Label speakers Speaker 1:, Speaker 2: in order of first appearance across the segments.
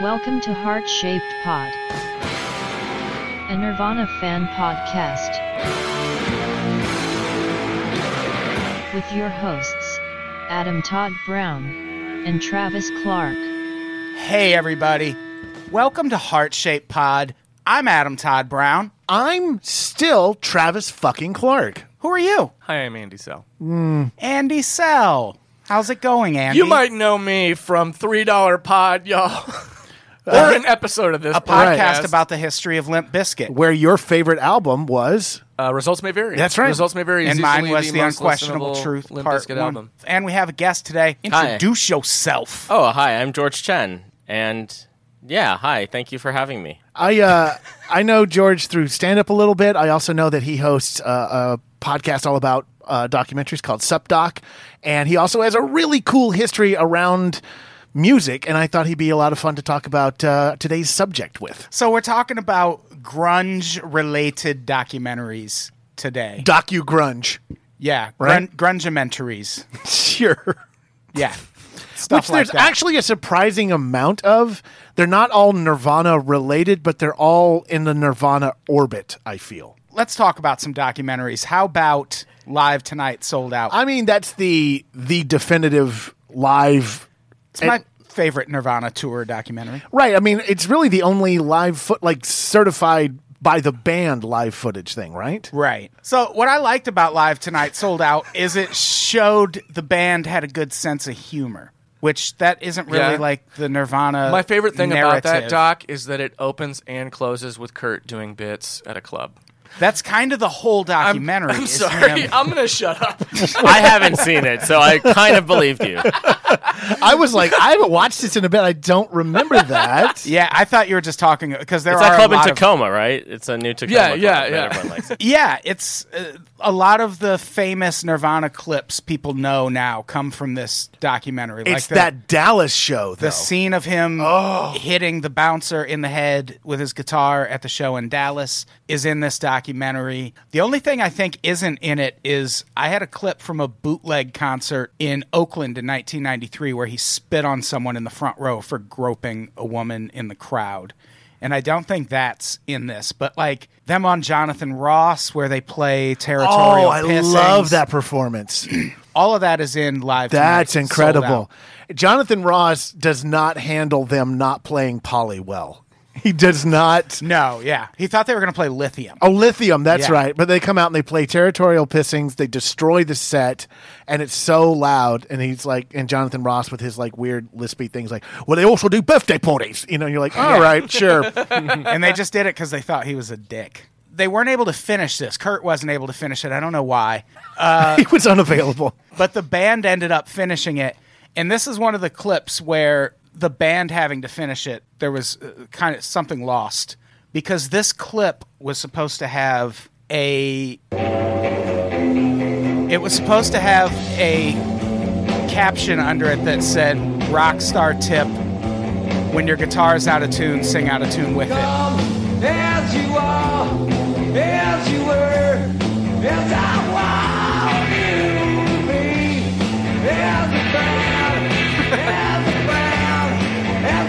Speaker 1: Welcome to Heart Shaped Pod, a Nirvana fan podcast. With your hosts, Adam Todd Brown and Travis Clark.
Speaker 2: Hey, everybody. Welcome to Heart Shaped Pod. I'm Adam Todd Brown.
Speaker 3: I'm still Travis fucking Clark.
Speaker 2: Who are you?
Speaker 4: Hi, I'm Andy Sell.
Speaker 2: Andy Sell. How's it going, Andy?
Speaker 4: You might know me from Three Dollar Pod, y'all, or an episode of this
Speaker 2: A podcast
Speaker 4: podcast
Speaker 2: about the history of Limp Biscuit.
Speaker 3: Where your favorite album was
Speaker 4: uh, results may vary.
Speaker 3: That's right.
Speaker 4: Results may vary. is
Speaker 2: And mine
Speaker 4: usually
Speaker 2: was the,
Speaker 4: most
Speaker 2: Unquestionable
Speaker 4: listenable
Speaker 2: Truth
Speaker 4: Limp
Speaker 2: Part
Speaker 4: Bizkit
Speaker 2: 1.
Speaker 4: album.
Speaker 2: And we have a guest today.
Speaker 5: Hi.
Speaker 2: Introduce yourself.
Speaker 5: Oh, hi, I'm George Chen. And yeah, hi, thank you for having me.
Speaker 3: I uh I know George through stand up a little bit. I also know that he hosts uh, a podcast all about uh, documentaries called Sup Doc, and he also has a really cool history around music. And I thought he'd be a lot of fun to talk about uh, today's subject with
Speaker 2: So we're talking about grunge-related documentaries today.
Speaker 3: docu grunge.
Speaker 2: yeah,
Speaker 3: Right?
Speaker 2: grun- grungementaries.
Speaker 3: Sure.
Speaker 2: yeah,
Speaker 3: Which
Speaker 2: stuff like
Speaker 3: there's
Speaker 2: that.
Speaker 3: actually a surprising amount of. They're not all Nirvana related, but they're all in the Nirvana orbit, I feel.
Speaker 2: Let's talk about some documentaries. How about Live Tonight sold out?
Speaker 3: I mean, that's the the definitive live
Speaker 2: it's my favorite Nirvana tour documentary.
Speaker 3: right. I mean, it's really the only live foot like certified by the band live footage thing, right?
Speaker 2: Right. So what I liked about Live Tonight Sold Out is it showed the band had a good sense of humor, which that isn't really
Speaker 4: Yeah.
Speaker 2: like the Nirvana.
Speaker 4: My favorite thing about that
Speaker 2: narrative.
Speaker 4: doc is that it opens and closes with Kurt doing bits at a club.
Speaker 2: That's kind of the whole documentary.
Speaker 4: I'm
Speaker 2: is
Speaker 4: sorry.
Speaker 2: him-
Speaker 4: I'm gonna shut up.
Speaker 5: I haven't seen it, so I kind of believed you.
Speaker 3: I was like, I haven't watched this in a bit. I don't remember that.
Speaker 2: yeah, I thought you were just talking because there
Speaker 5: It's
Speaker 2: are
Speaker 5: a club
Speaker 2: a
Speaker 5: in
Speaker 2: lot of-
Speaker 5: Tacoma, right? It's a new Tacoma.
Speaker 4: Yeah,
Speaker 5: club
Speaker 4: yeah,
Speaker 5: that
Speaker 4: yeah.
Speaker 5: Everyone likes it.
Speaker 2: Yeah, it's uh, a lot of the famous Nirvana clips people know now come from this documentary.
Speaker 3: It's
Speaker 2: the-
Speaker 3: that Dallas show, though. Oh.
Speaker 2: The scene of him hitting the bouncer in the head with his guitar at the show in Dallas is in this documentary. The only thing I think isn't in it is I had a clip from a bootleg concert in Oakland in 1993 where he spit on someone in the front row for groping a woman in the crowd. And I don't think that's in this, but like them on Jonathan Ross, where they play territorial.
Speaker 3: oh, I
Speaker 2: Pissings,
Speaker 3: love that performance.
Speaker 2: All of that is in live. Tonight,
Speaker 3: That's
Speaker 2: sold out.
Speaker 3: incredible. Jonathan Ross does not handle them not playing Polly well. He does not.
Speaker 2: No, yeah, he thought they were going to play Lithium.
Speaker 3: Oh, Lithium, that's
Speaker 2: Yeah.
Speaker 3: right. But they come out and they play Territorial Pissings. They destroy the set, and it's so loud. And he's like, and Jonathan Ross with his like weird lispy things, like, well, they also do birthday parties. You know, you're like, all right, sure.
Speaker 2: and they just did it because they thought he was a dick. They weren't able to finish this. Kurt wasn't able to finish it. I don't know why.
Speaker 3: he was unavailable.
Speaker 2: But the band ended up finishing it. And this is one of the clips where the band having to finish it, there was uh, kind of something lost because this clip was supposed to have a. It was supposed to have a caption under it that said, rock star tip, when your guitar is out of tune, sing out of tune with it.
Speaker 6: as you are, as you were, as I want you to be, as a man, as a man, as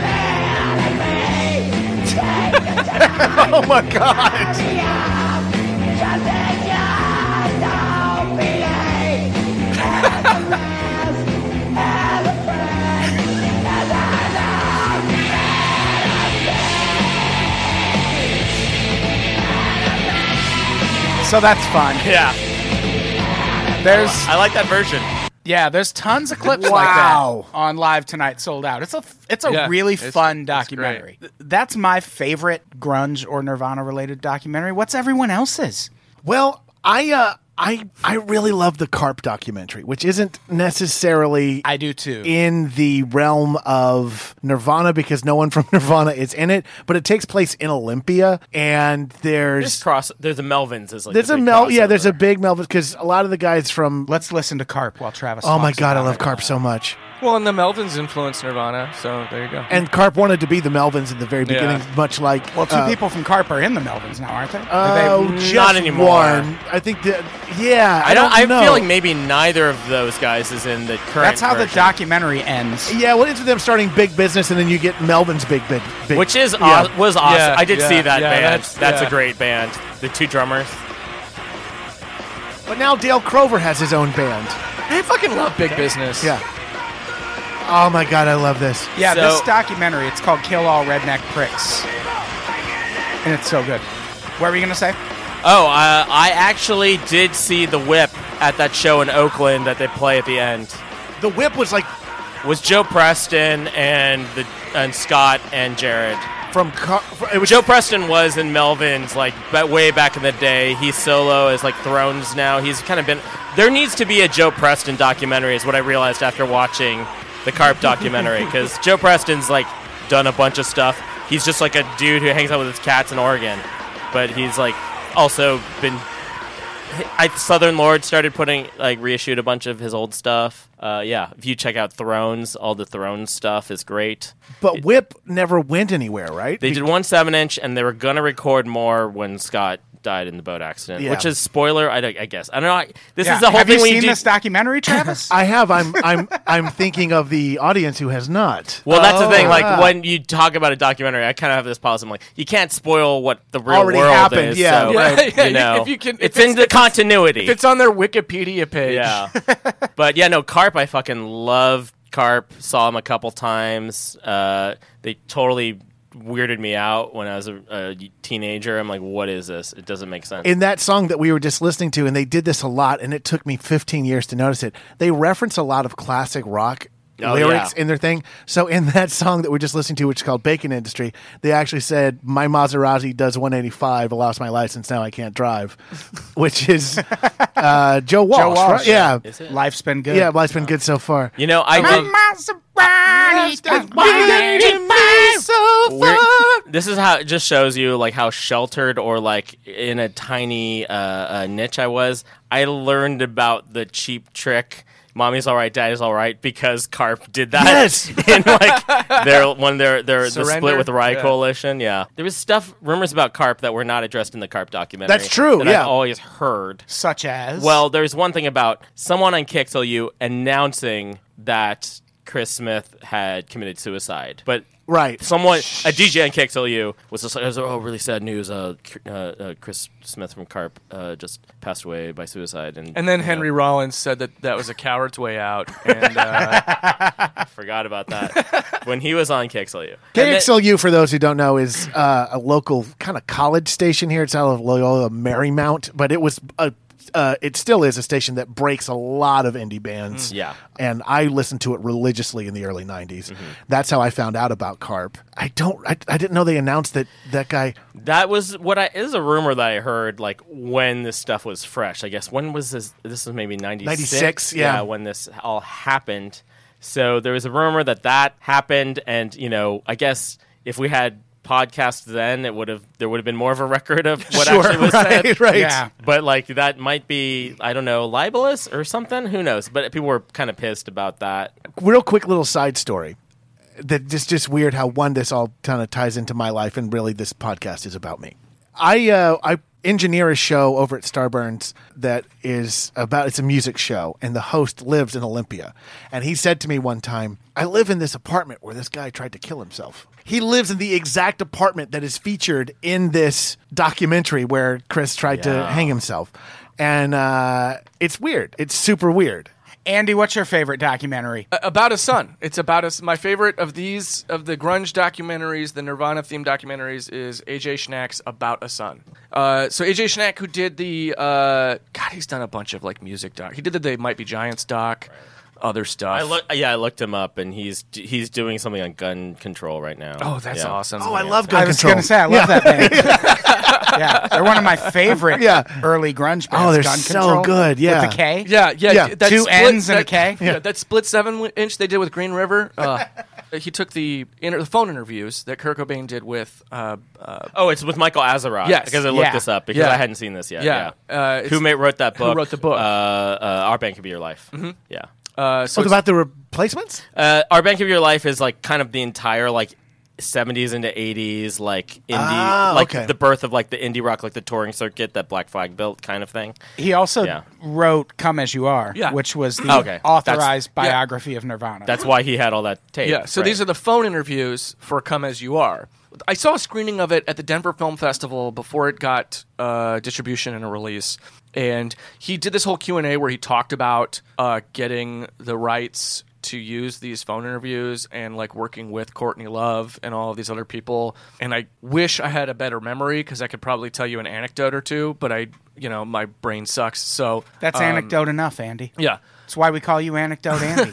Speaker 6: I love it me. Take the
Speaker 3: Oh my god.
Speaker 6: time, just as you don't believe, as a man, as a friend, as I love.
Speaker 2: So that's fun.
Speaker 5: Yeah,
Speaker 2: There's
Speaker 5: I like that version.
Speaker 2: yeah, there's tons of clips
Speaker 3: Wow.
Speaker 2: like that on live tonight sold out. It's a it's a
Speaker 4: Yeah,
Speaker 2: really
Speaker 4: it's-
Speaker 2: fun
Speaker 4: it's
Speaker 2: documentary. Th- That's my favorite grunge or Nirvana related documentary. What's everyone else's?
Speaker 3: Well, I uh, I I really love the Carp documentary, which isn't necessarily
Speaker 2: I do too.
Speaker 3: in the realm of Nirvana because no one from Nirvana is in it, but it takes place in Olympia and
Speaker 5: There's
Speaker 3: there's
Speaker 5: cross. There's the Melvins. Is like
Speaker 3: there's
Speaker 5: the
Speaker 3: a
Speaker 5: big
Speaker 3: Mel yeah, there's a
Speaker 5: crossover.
Speaker 3: big Melvin because a lot of the guys from
Speaker 2: Let's listen to Carp while Travis.
Speaker 3: Oh my
Speaker 2: talks
Speaker 3: god, I
Speaker 2: about
Speaker 3: love
Speaker 2: it.
Speaker 3: Carp so much.
Speaker 4: Well, and the Melvins influenced Nirvana, so there you go.
Speaker 3: And Carp wanted to be the Melvins in the very beginning,
Speaker 4: Yeah.
Speaker 3: much like
Speaker 2: Well, two
Speaker 3: uh,
Speaker 2: people from Carp are in the Melvins now, aren't they? Are
Speaker 3: Oh,
Speaker 2: they-
Speaker 3: just
Speaker 5: Not anymore.
Speaker 3: One. I think that. Yeah, I,
Speaker 5: I don't. I
Speaker 3: know.
Speaker 5: feel like maybe neither of those guys is in the current.
Speaker 2: that's how the
Speaker 5: version,
Speaker 2: documentary ends.
Speaker 3: Yeah, what is with them starting big business and then you get Melvin's big big, big
Speaker 5: which is
Speaker 3: Yeah.
Speaker 5: aw- was awesome.
Speaker 4: Yeah,
Speaker 5: I did
Speaker 4: yeah,
Speaker 5: see that
Speaker 4: yeah,
Speaker 5: band.
Speaker 4: that's-
Speaker 5: That's,
Speaker 4: yeah.
Speaker 5: a great band. The two drummers.
Speaker 3: But now Dale Crover has his own band.
Speaker 4: I fucking love Big Business.
Speaker 3: Yeah. Oh my god, I love this.
Speaker 2: Yeah,
Speaker 5: So-
Speaker 2: this documentary, it's called Kill All Redneck Pricks. And it's so good. What were you going to say?
Speaker 5: Oh, uh, I actually did see the Whip at that show in Oakland that they play at the end.
Speaker 3: The whip was like
Speaker 5: Was Joe Preston and the and Scott and Jared.
Speaker 3: from Car- fr- it was
Speaker 5: Joe Preston was in Melvin's like ba- way back in the day. He's solo as like Thrones now. He's kind of been. There needs to be a Joe Preston documentary, is what I realized after watching the Carp documentary. Because Joe Preston's like done a bunch of stuff. He's just like a dude who hangs out with his cats in Oregon, but he's like also been. I, Southern Lord started putting like reissued a bunch of his old stuff. Uh, yeah, if you check out Thrones, all the Thrones stuff is great.
Speaker 3: but Whip never went anywhere, right?
Speaker 5: They
Speaker 3: Be-
Speaker 5: did one seven inch, and they were gonna record more when Scott died in the boat accident,
Speaker 3: Yeah.
Speaker 5: which is spoiler. I, don't- I guess I don't know. I- this
Speaker 2: Yeah.
Speaker 5: is the whole
Speaker 2: Have
Speaker 5: thing
Speaker 2: you
Speaker 5: we
Speaker 2: seen
Speaker 5: do.
Speaker 2: this documentary, Travis?
Speaker 3: I have I'm I'm I'm thinking of the audience who has not.
Speaker 5: well, that's the thing. Like
Speaker 3: yeah.
Speaker 5: when you talk about a documentary, I kind of have this policy. I'm like, you can't spoil what the real
Speaker 3: Already
Speaker 5: world
Speaker 3: happened,
Speaker 5: is.
Speaker 3: yeah,
Speaker 5: so,
Speaker 4: right. Yeah,
Speaker 5: You
Speaker 4: yeah,
Speaker 5: know,
Speaker 4: if you can- if
Speaker 5: it's
Speaker 4: it's-
Speaker 5: in the continuity.
Speaker 4: If it's on their Wikipedia page.
Speaker 5: yeah, but yeah, no carp. I fucking love carp. Saw him a couple times. Uh, they totally weirded me out when I was a, a teenager. I'm like, what is this? It doesn't make sense.
Speaker 3: in that song that we were just listening to, and they did this a lot, and it took me 15 years to notice it. They reference a lot of classic rock
Speaker 5: Oh,
Speaker 3: lyrics
Speaker 5: yeah.
Speaker 3: in their thing. So in that song that we're just listening to, which is called Bacon Industry, they actually said, "My Maserati does 185. I lost my license. Now I can't drive," which is uh, Joe Walsh.
Speaker 2: Joe Walsh.
Speaker 3: right? Yeah,
Speaker 5: Is it?
Speaker 2: Life's been good.
Speaker 3: yeah. Life's been good so far.
Speaker 5: you know, I love. We're- this is how it just shows you like how sheltered or like in a tiny uh, uh, niche I was. I learned about the cheap trick. Mommy's all right, daddy's all right because Carp did that.
Speaker 3: Yes.
Speaker 5: in like their when their their the
Speaker 4: Surrender?
Speaker 5: split with the Riot
Speaker 4: Yeah.
Speaker 5: Coalition. Yeah, there was stuff rumors about Carp that were not addressed in the Carp documentary.
Speaker 3: That's true,
Speaker 5: that
Speaker 3: yeah.
Speaker 5: I've always heard.
Speaker 2: Such as.
Speaker 5: Well, there's one thing about someone on KXLU announcing that Chris Smith had committed suicide, but
Speaker 3: Right.
Speaker 5: someone a DJ on KXLU was just like, "Oh, really sad news. Uh, C- uh, uh, Chris Smith from Carp uh, just passed away by suicide." And
Speaker 4: And then
Speaker 5: you know,
Speaker 4: Henry Rollins said that that was a coward's way out. And uh,
Speaker 5: I forgot about that when he was on KXLU. And then-
Speaker 3: KXLU, for those who don't know, is uh, a local kind of college station here. It's out of Loyola Marymount, but it was a. Uh, it still is a station that breaks a lot of indie bands.
Speaker 5: Mm-hmm. yeah. Mm-hmm.
Speaker 3: and I listened to it religiously in the early '90s. That's how I found out about Carp. I don't. I, I didn't know they announced that that guy.
Speaker 5: That was what I it is a rumor that I heard like when this stuff was fresh. I guess when was this? This was maybe ninety
Speaker 3: 96, yeah.
Speaker 5: when this all happened. So there was a rumor that that happened, and you know, I guess if we had podcasts then, it would have there would have been more of a record of what actually was
Speaker 3: right,
Speaker 5: said.
Speaker 3: right.
Speaker 2: Yeah.
Speaker 5: But like that might be I don't know libelous or something. Who knows? But people were kind of pissed about that.
Speaker 3: Real quick little side story. That just just weird how one this all kind of ties into my life, and really this podcast is about me. I uh, I engineer a show over at Starburns that is about it's a music show, and the host lives in Olympia. And he said to me one time, "I live in this apartment where this guy tried to kill himself." He lives in the exact apartment that is featured in this documentary where Chris tried to hang himself, and uh, it's weird. It's super weird.
Speaker 2: Andy, what's your favorite documentary?
Speaker 4: about a son. It's about us. My favorite of these of the grunge documentaries, the Nirvana themed documentaries, is AJ Schnack's About a Son. Uh, so AJ Schnack, who did the uh, God, he's done a bunch of like music doc. He did the They Might Be Giants doc, other stuff.
Speaker 5: I look, yeah, I looked him up, and he's he's doing something on gun control right now.
Speaker 4: oh, that's
Speaker 5: Yeah.
Speaker 4: awesome.
Speaker 3: Oh, I love gun
Speaker 2: I was
Speaker 3: control.
Speaker 2: going to say, I love that band. yeah, they're one of my favorite
Speaker 3: Yeah.
Speaker 2: early grunge bands.
Speaker 3: Oh, they're
Speaker 2: Gun
Speaker 3: so
Speaker 2: Control
Speaker 3: good, yeah.
Speaker 2: With the K.
Speaker 4: Yeah, yeah,
Speaker 3: Yeah,
Speaker 4: that
Speaker 2: two
Speaker 4: split-
Speaker 2: N's and
Speaker 4: that,
Speaker 2: a K.
Speaker 4: Yeah. that split seven inch they did with Green River. Uh, he took the, inter- the phone interviews that Kurt Cobain did with. Uh, uh,
Speaker 5: Oh, it's with Michael Azaroff.
Speaker 4: Yes.
Speaker 5: because I looked
Speaker 2: Yeah.
Speaker 5: this up because
Speaker 4: Yeah.
Speaker 5: I hadn't seen this yet.
Speaker 4: Yeah.
Speaker 5: Yeah,
Speaker 4: Uh, it's-
Speaker 5: who made, wrote that
Speaker 4: who
Speaker 5: book?
Speaker 4: wrote the book?
Speaker 5: Uh, uh, Our band could be your life. Yeah,
Speaker 4: Uh, so
Speaker 3: Talk
Speaker 4: it's-
Speaker 3: about the replacements.
Speaker 5: Uh, Our Bank of Your Life is like kind of the entire like 70s into 80s like indie
Speaker 3: Ah,
Speaker 5: like
Speaker 3: okay.
Speaker 5: the birth of like the indie rock like the touring circuit that Black Flag built kind of thing.
Speaker 2: He also
Speaker 5: Yeah.
Speaker 2: wrote "Come as You Are,"
Speaker 4: Yeah.
Speaker 2: which was the
Speaker 5: Okay.
Speaker 2: authorized
Speaker 4: That's- yeah.
Speaker 2: biography of Nirvana.
Speaker 5: That's why he had all that tape.
Speaker 4: Yeah. So these are the phone interviews for "Come as You Are." I saw a screening of it at the Denver Film Festival before it got uh, distribution and a release, and he did this whole Q and A where he talked about uh, getting the rights to use these phone interviews and like working with Courtney Love and all of these other people. And I wish I had a better memory because I could probably tell you an anecdote or two, but I, you know, my brain sucks. So
Speaker 2: That's
Speaker 4: um,
Speaker 2: anecdote enough, Andy.
Speaker 4: Yeah.
Speaker 2: That's why we call you Anecdote Andy.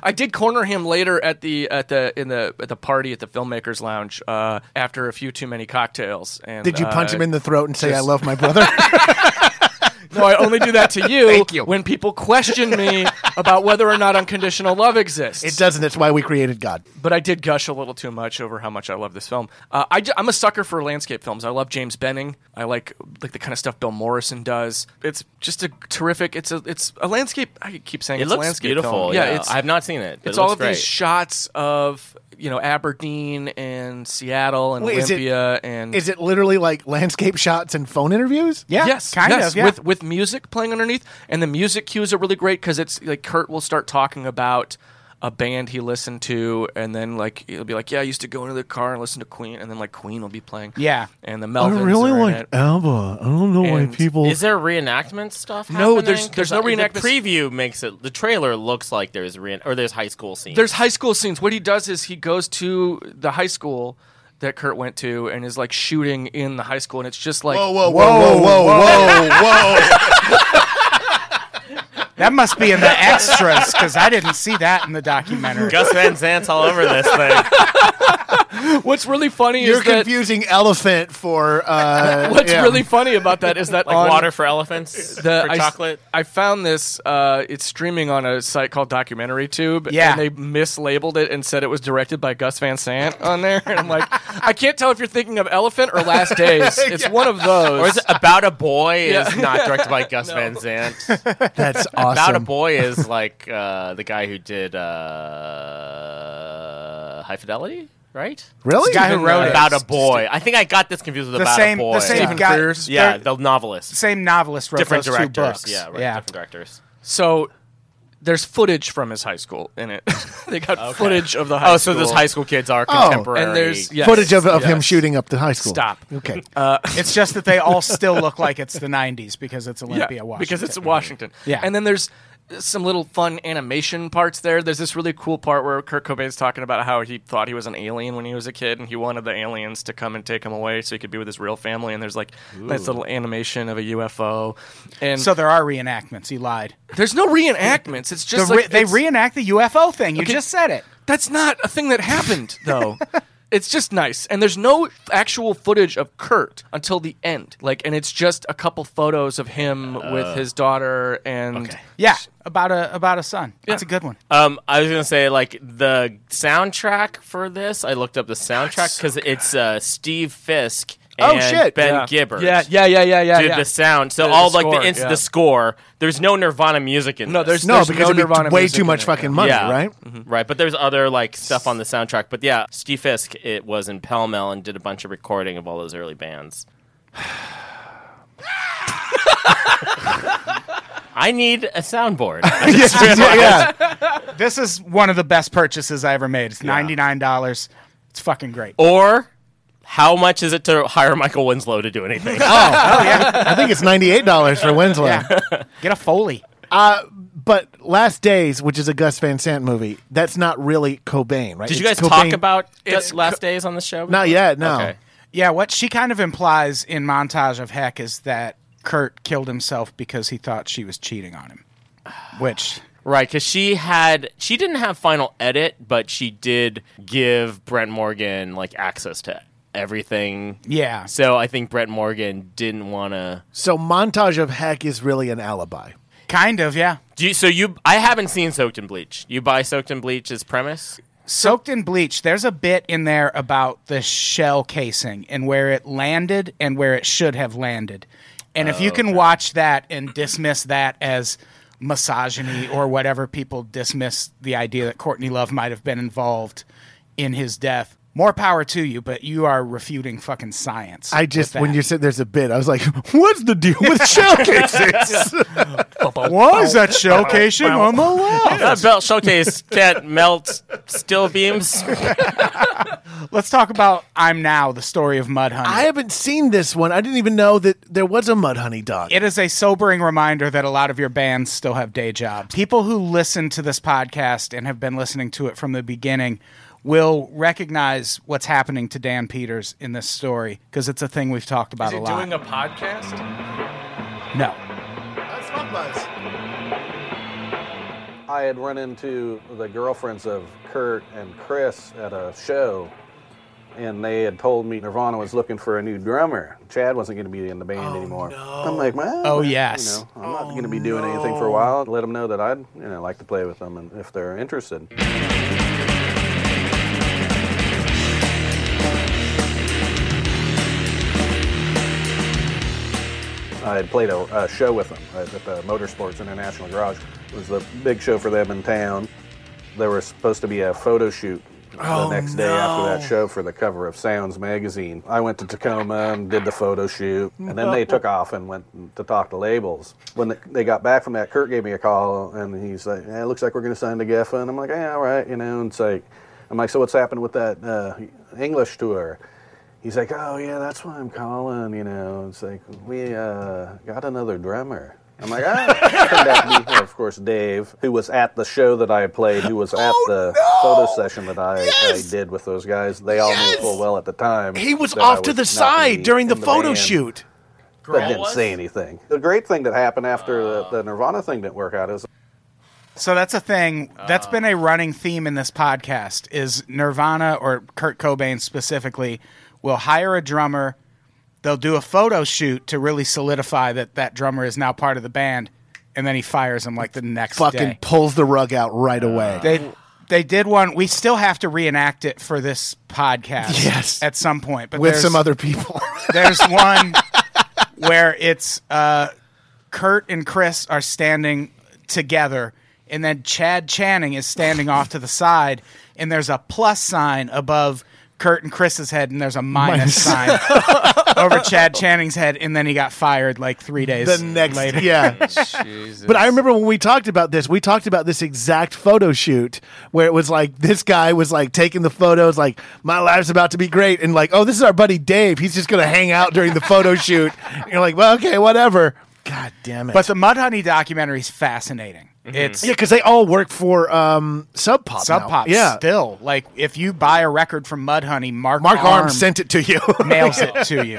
Speaker 4: I did corner him later at the at the in the at the party at the filmmakers lounge uh, after a few too many cocktails. And uh,
Speaker 3: Did you punch him in the throat and say, "I
Speaker 4: just-
Speaker 3: love my brother"?
Speaker 4: No, I only do that to you,
Speaker 2: Thank you.
Speaker 4: when people question me about whether or not unconditional love exists.
Speaker 3: it doesn't. That's why we created God.
Speaker 4: but I did gush a little too much over how much I love this film. Uh, I, am a sucker for landscape films. I love James Benning. I like like the kind of stuff Bill Morrison does. It's just a terrific. It's a it's a landscape. I keep saying
Speaker 5: It
Speaker 4: it's a
Speaker 5: looks
Speaker 4: landscape
Speaker 5: beautiful.
Speaker 4: Film.
Speaker 5: Yeah,
Speaker 4: it's,
Speaker 5: I've not seen it. But
Speaker 4: it's
Speaker 5: it
Speaker 4: all
Speaker 5: looks
Speaker 4: of
Speaker 5: great.
Speaker 4: these shots of you know Aberdeen and Seattle and
Speaker 3: Wait, is it-
Speaker 4: Olympia and
Speaker 3: Is it literally like landscape shots and phone interviews?
Speaker 2: Yeah,
Speaker 4: yes,
Speaker 2: kind
Speaker 4: yes,
Speaker 2: of. Yeah.
Speaker 4: with with music playing underneath, and the music cues are really great because it's like Kurt will start talking about a band he listened to, and then like he'll be like, "Yeah, I used to go into the car and listen to Queen," and then like Queen will be playing,
Speaker 2: Yeah.
Speaker 4: and the
Speaker 3: I
Speaker 4: Melvins
Speaker 3: Oh, really
Speaker 4: are in
Speaker 3: like
Speaker 4: it.
Speaker 3: Alba. I don't know why
Speaker 4: And
Speaker 3: people.
Speaker 5: Is there reenactment stuff?
Speaker 4: No,
Speaker 5: happening?
Speaker 4: there's- there's
Speaker 5: 'Cause
Speaker 4: no
Speaker 5: I-
Speaker 4: reenactments.
Speaker 5: The preview makes it. The trailer looks like there's reen or there's high school scenes.
Speaker 4: There's high school scenes. What he does is he goes to the high school that Kurt went to and is like shooting in the high school, and it's just like
Speaker 3: whoa, whoa, whoa, whoa, whoa!
Speaker 2: That must be in the extras because I didn't see that in the documentary.
Speaker 5: Gus Van Sant's all over this thing.
Speaker 4: What's really funny
Speaker 3: You're
Speaker 4: is that
Speaker 3: confusing elephant for. Uh,
Speaker 4: what's
Speaker 3: yeah.
Speaker 4: really funny about that is that
Speaker 5: Like
Speaker 4: on
Speaker 5: water for elephants,
Speaker 4: the
Speaker 5: for
Speaker 4: I s-
Speaker 5: chocolate.
Speaker 4: I, found this. Uh, it's streaming on a site called Documentary Tube.
Speaker 2: Yeah.
Speaker 4: and they mislabeled it and said it was directed by Gus Van Sant on there. And I'm like, I can't tell if you're thinking of Elephant or Last Days. It's one of those.
Speaker 5: Or is it about a boy
Speaker 4: Yeah.
Speaker 5: is not directed by Gus Van Sant.
Speaker 3: That's awesome.
Speaker 5: About a boy is like uh, the guy who did uh, High Fidelity, right?
Speaker 3: Really?
Speaker 2: The guy who wrote it.
Speaker 5: About a boy. I think I got this confused with
Speaker 2: the
Speaker 5: about
Speaker 2: same,
Speaker 5: a boy.
Speaker 2: the same
Speaker 5: yeah.
Speaker 4: Stephen
Speaker 2: guy,
Speaker 4: Frears.
Speaker 5: Yeah,
Speaker 2: they're-
Speaker 5: the novelist.
Speaker 2: same novelist wrote
Speaker 5: Different
Speaker 2: those two
Speaker 5: directors.
Speaker 2: books.
Speaker 5: Yeah, right, different directors.
Speaker 4: So there's footage from his high school in it. they got footage of the high
Speaker 5: Oh,
Speaker 4: school.
Speaker 5: so those high school kids are
Speaker 3: Oh.
Speaker 5: contemporary.
Speaker 4: And there's yes,
Speaker 3: Footage of, of him
Speaker 4: yes.
Speaker 3: shooting up the high school.
Speaker 4: Stop.
Speaker 3: Okay.
Speaker 2: It's just that they all still look like it's the '90s because it's Olympia, Washington.
Speaker 4: Because it's Washington.
Speaker 2: Yeah.
Speaker 4: And then there's some little fun animation parts there. There's this really cool part where Kurt Cobain's talking about how he thought he was an alien when he was a kid and he wanted the aliens to come and take him away so he could be with his real family. And there's like nice little animation of a UFO. And
Speaker 2: So there are reenactments. He lied.
Speaker 4: there's no reenactments. It's
Speaker 2: The
Speaker 4: just
Speaker 2: re-
Speaker 4: like
Speaker 2: they
Speaker 4: it's-
Speaker 2: reenact the UFO thing. You
Speaker 4: Okay.
Speaker 2: just said it.
Speaker 4: That's not a thing that happened, though. it's just nice. And there's no actual footage of Kurt until the end. Like, and it's just a couple photos of him
Speaker 2: Uh.
Speaker 4: with his daughter and.
Speaker 2: Yeah, about a about a son. That's a good one.
Speaker 5: Um, I was gonna say like the soundtrack for this. I looked up the soundtrack because it's uh, Steve Fisk
Speaker 3: Oh,
Speaker 5: and
Speaker 3: shit.
Speaker 5: Ben
Speaker 4: yeah.
Speaker 5: Gibbard.
Speaker 4: Yeah, yeah, yeah, yeah, yeah.
Speaker 5: Did
Speaker 4: yeah.
Speaker 5: the sound so
Speaker 4: The- the
Speaker 5: all like
Speaker 4: score,
Speaker 5: the ins-
Speaker 4: yeah.
Speaker 5: the score. There's no Nirvana music in
Speaker 4: No,
Speaker 5: this.
Speaker 4: there's
Speaker 3: no,
Speaker 4: there's
Speaker 3: because
Speaker 4: no
Speaker 3: it'd be
Speaker 4: Nirvana
Speaker 3: way
Speaker 4: music
Speaker 3: too
Speaker 4: in
Speaker 3: much
Speaker 4: it,
Speaker 3: fucking
Speaker 4: yeah.
Speaker 3: money,
Speaker 5: yeah, Mm-hmm.
Speaker 3: right?
Speaker 5: Right, but there's other like stuff on the soundtrack. But yeah, Steve Fisk it was in Pell Mell and did a bunch of recording of all those early bands. I need a soundboard. I just
Speaker 3: yeah, yeah.
Speaker 2: This is one of the best purchases I ever made. It's ninety nine dollars. It's fucking great.
Speaker 5: Oh, Or how much is it to hire Michael Winslow to do anything?
Speaker 3: I think it's ninety-eight dollars for Winslow.
Speaker 2: Yeah. Get a Foley.
Speaker 3: But Last Days, which is a Gus Van Sant movie, that's not really Cobain, right?
Speaker 5: Did you guys
Speaker 3: It's
Speaker 5: talk
Speaker 3: Cobain-
Speaker 5: about
Speaker 4: It's
Speaker 5: Gus Last Days on the show?
Speaker 3: Not yet. No.
Speaker 5: Okay.
Speaker 2: Yeah, what she kind of implies in montage of heck is that Kurt killed himself because he thought she was cheating on him. Which
Speaker 5: Right, because she had she didn't have final edit, but she did give Brent Morgan like access to everything.
Speaker 2: Yeah.
Speaker 5: So I think Brent Morgan didn't want to.
Speaker 3: So montage of heck is really an alibi.
Speaker 2: kind of, yeah.
Speaker 5: Do you, so you? I haven't seen Soaked in Bleach. You buy Soaked in Bleach as premise.
Speaker 2: Soaked in bleach, there's a bit in there about the shell casing and where it landed
Speaker 3: Oh,
Speaker 2: and where it should have landed. And if you can watch that and dismiss that as misogyny or whatever people dismiss the idea that Courtney Love might have been involved in his death. More power to you, but you are refuting fucking science.
Speaker 3: I
Speaker 2: with
Speaker 3: just
Speaker 2: that.
Speaker 3: when you said there's a bit, I was like, "What's the deal with shell cases? Why is that shell casing on the left?"
Speaker 5: That belt showcase can't melt steel beams.
Speaker 2: Let's talk about I'm Now, the story of Mud Honey.
Speaker 3: I haven't seen this one. I didn't even know that there was a mud honey dog.
Speaker 2: it is a sobering reminder that a lot of your bands still have day jobs. People who listen to this podcast and have been listening to it from the beginning will recognize what's happening to Dan Peters in this story because it's a thing we've talked about
Speaker 4: Is he
Speaker 2: a lot.
Speaker 4: doing a podcast?
Speaker 2: no.
Speaker 7: I had run into the girlfriends of Kurt and Chris at a show, and they had told me Nirvana was looking for a new drummer. Chad wasn't going to be in the band anymore. I'm like, man.
Speaker 2: Oh,
Speaker 7: you
Speaker 2: yes.
Speaker 7: know, I'm not going to be doing anything for a while. Let them know that I'd you know like to play with them and if they're interested. I had played a, a show with them at at the Motorsports International Garage. It was the big show for them in town. There was supposed to be a photo shoot the next day after that show for the cover of Sounds magazine. I went to Tacoma and did the photo shoot, and then they took off and went to talk to labels. When they- they got back from that, Kurt gave me a call, and he's like, "Yeah, "It looks like we're going to sign to Geffen." And I'm like, "Yeah, all right," you know. And it's like, I'm like, "So what's happened with that uh, English tour?" he's like, oh yeah, that's why I'm calling. You know, it's like we uh, got another drummer. I'm like, ah. Turned out to be, of course, Dave, who was at the show that I played, who was at
Speaker 3: Oh,
Speaker 7: the photo session that I, I did with those guys. They all knew full well at the time.
Speaker 3: He was
Speaker 7: that I
Speaker 3: off to the
Speaker 7: was not gonna
Speaker 3: side
Speaker 7: be
Speaker 3: during
Speaker 7: in
Speaker 3: the, photo
Speaker 7: band
Speaker 3: shoot.
Speaker 7: but didn't say anything. The great thing that happened after the, the Nirvana thing didn't work out is
Speaker 2: So that's a thing. That's been a running theme in this podcast is Nirvana or Kurt Cobain specifically will hire a drummer. They'll do a photo shoot to really solidify that that drummer is now part of the band, and then he fires him like the next
Speaker 3: Fucking
Speaker 2: day.
Speaker 3: pulls the rug out right
Speaker 7: Uh,
Speaker 3: away.
Speaker 2: They they did one. We still have to reenact it for this podcast.
Speaker 3: Yes.
Speaker 2: at some point, but
Speaker 3: with
Speaker 2: there's-
Speaker 3: some other people.
Speaker 2: there's one where it's uh, Kurt and Chris are standing together, and then Chad Channing is standing off to the side, and there's a plus sign above Kurt and Chris's head, and there's a minus, sign over Chad Channing's head, and then he got fired like three days
Speaker 3: the next,
Speaker 2: later.
Speaker 3: yeah.
Speaker 4: Jesus.
Speaker 3: But I remember when we talked about this, we talked about this exact photo shoot where it was like this guy was like taking the photos, like my life's about to be great, and like, oh, this is our buddy Dave. He's just gonna hang out during the photo shoot. And you're like, well, okay, whatever. God damn it.
Speaker 2: But the Mudhoney documentary is fascinating. It's
Speaker 3: yeah, because they all work for um, Sub Pop.
Speaker 2: Sub
Speaker 3: now.
Speaker 2: Pop
Speaker 3: Yeah.
Speaker 2: still. Like if you buy a record from Mudhoney, Mark
Speaker 3: Mark Arm,
Speaker 2: Arm
Speaker 3: sent it to you.
Speaker 2: mails it to you.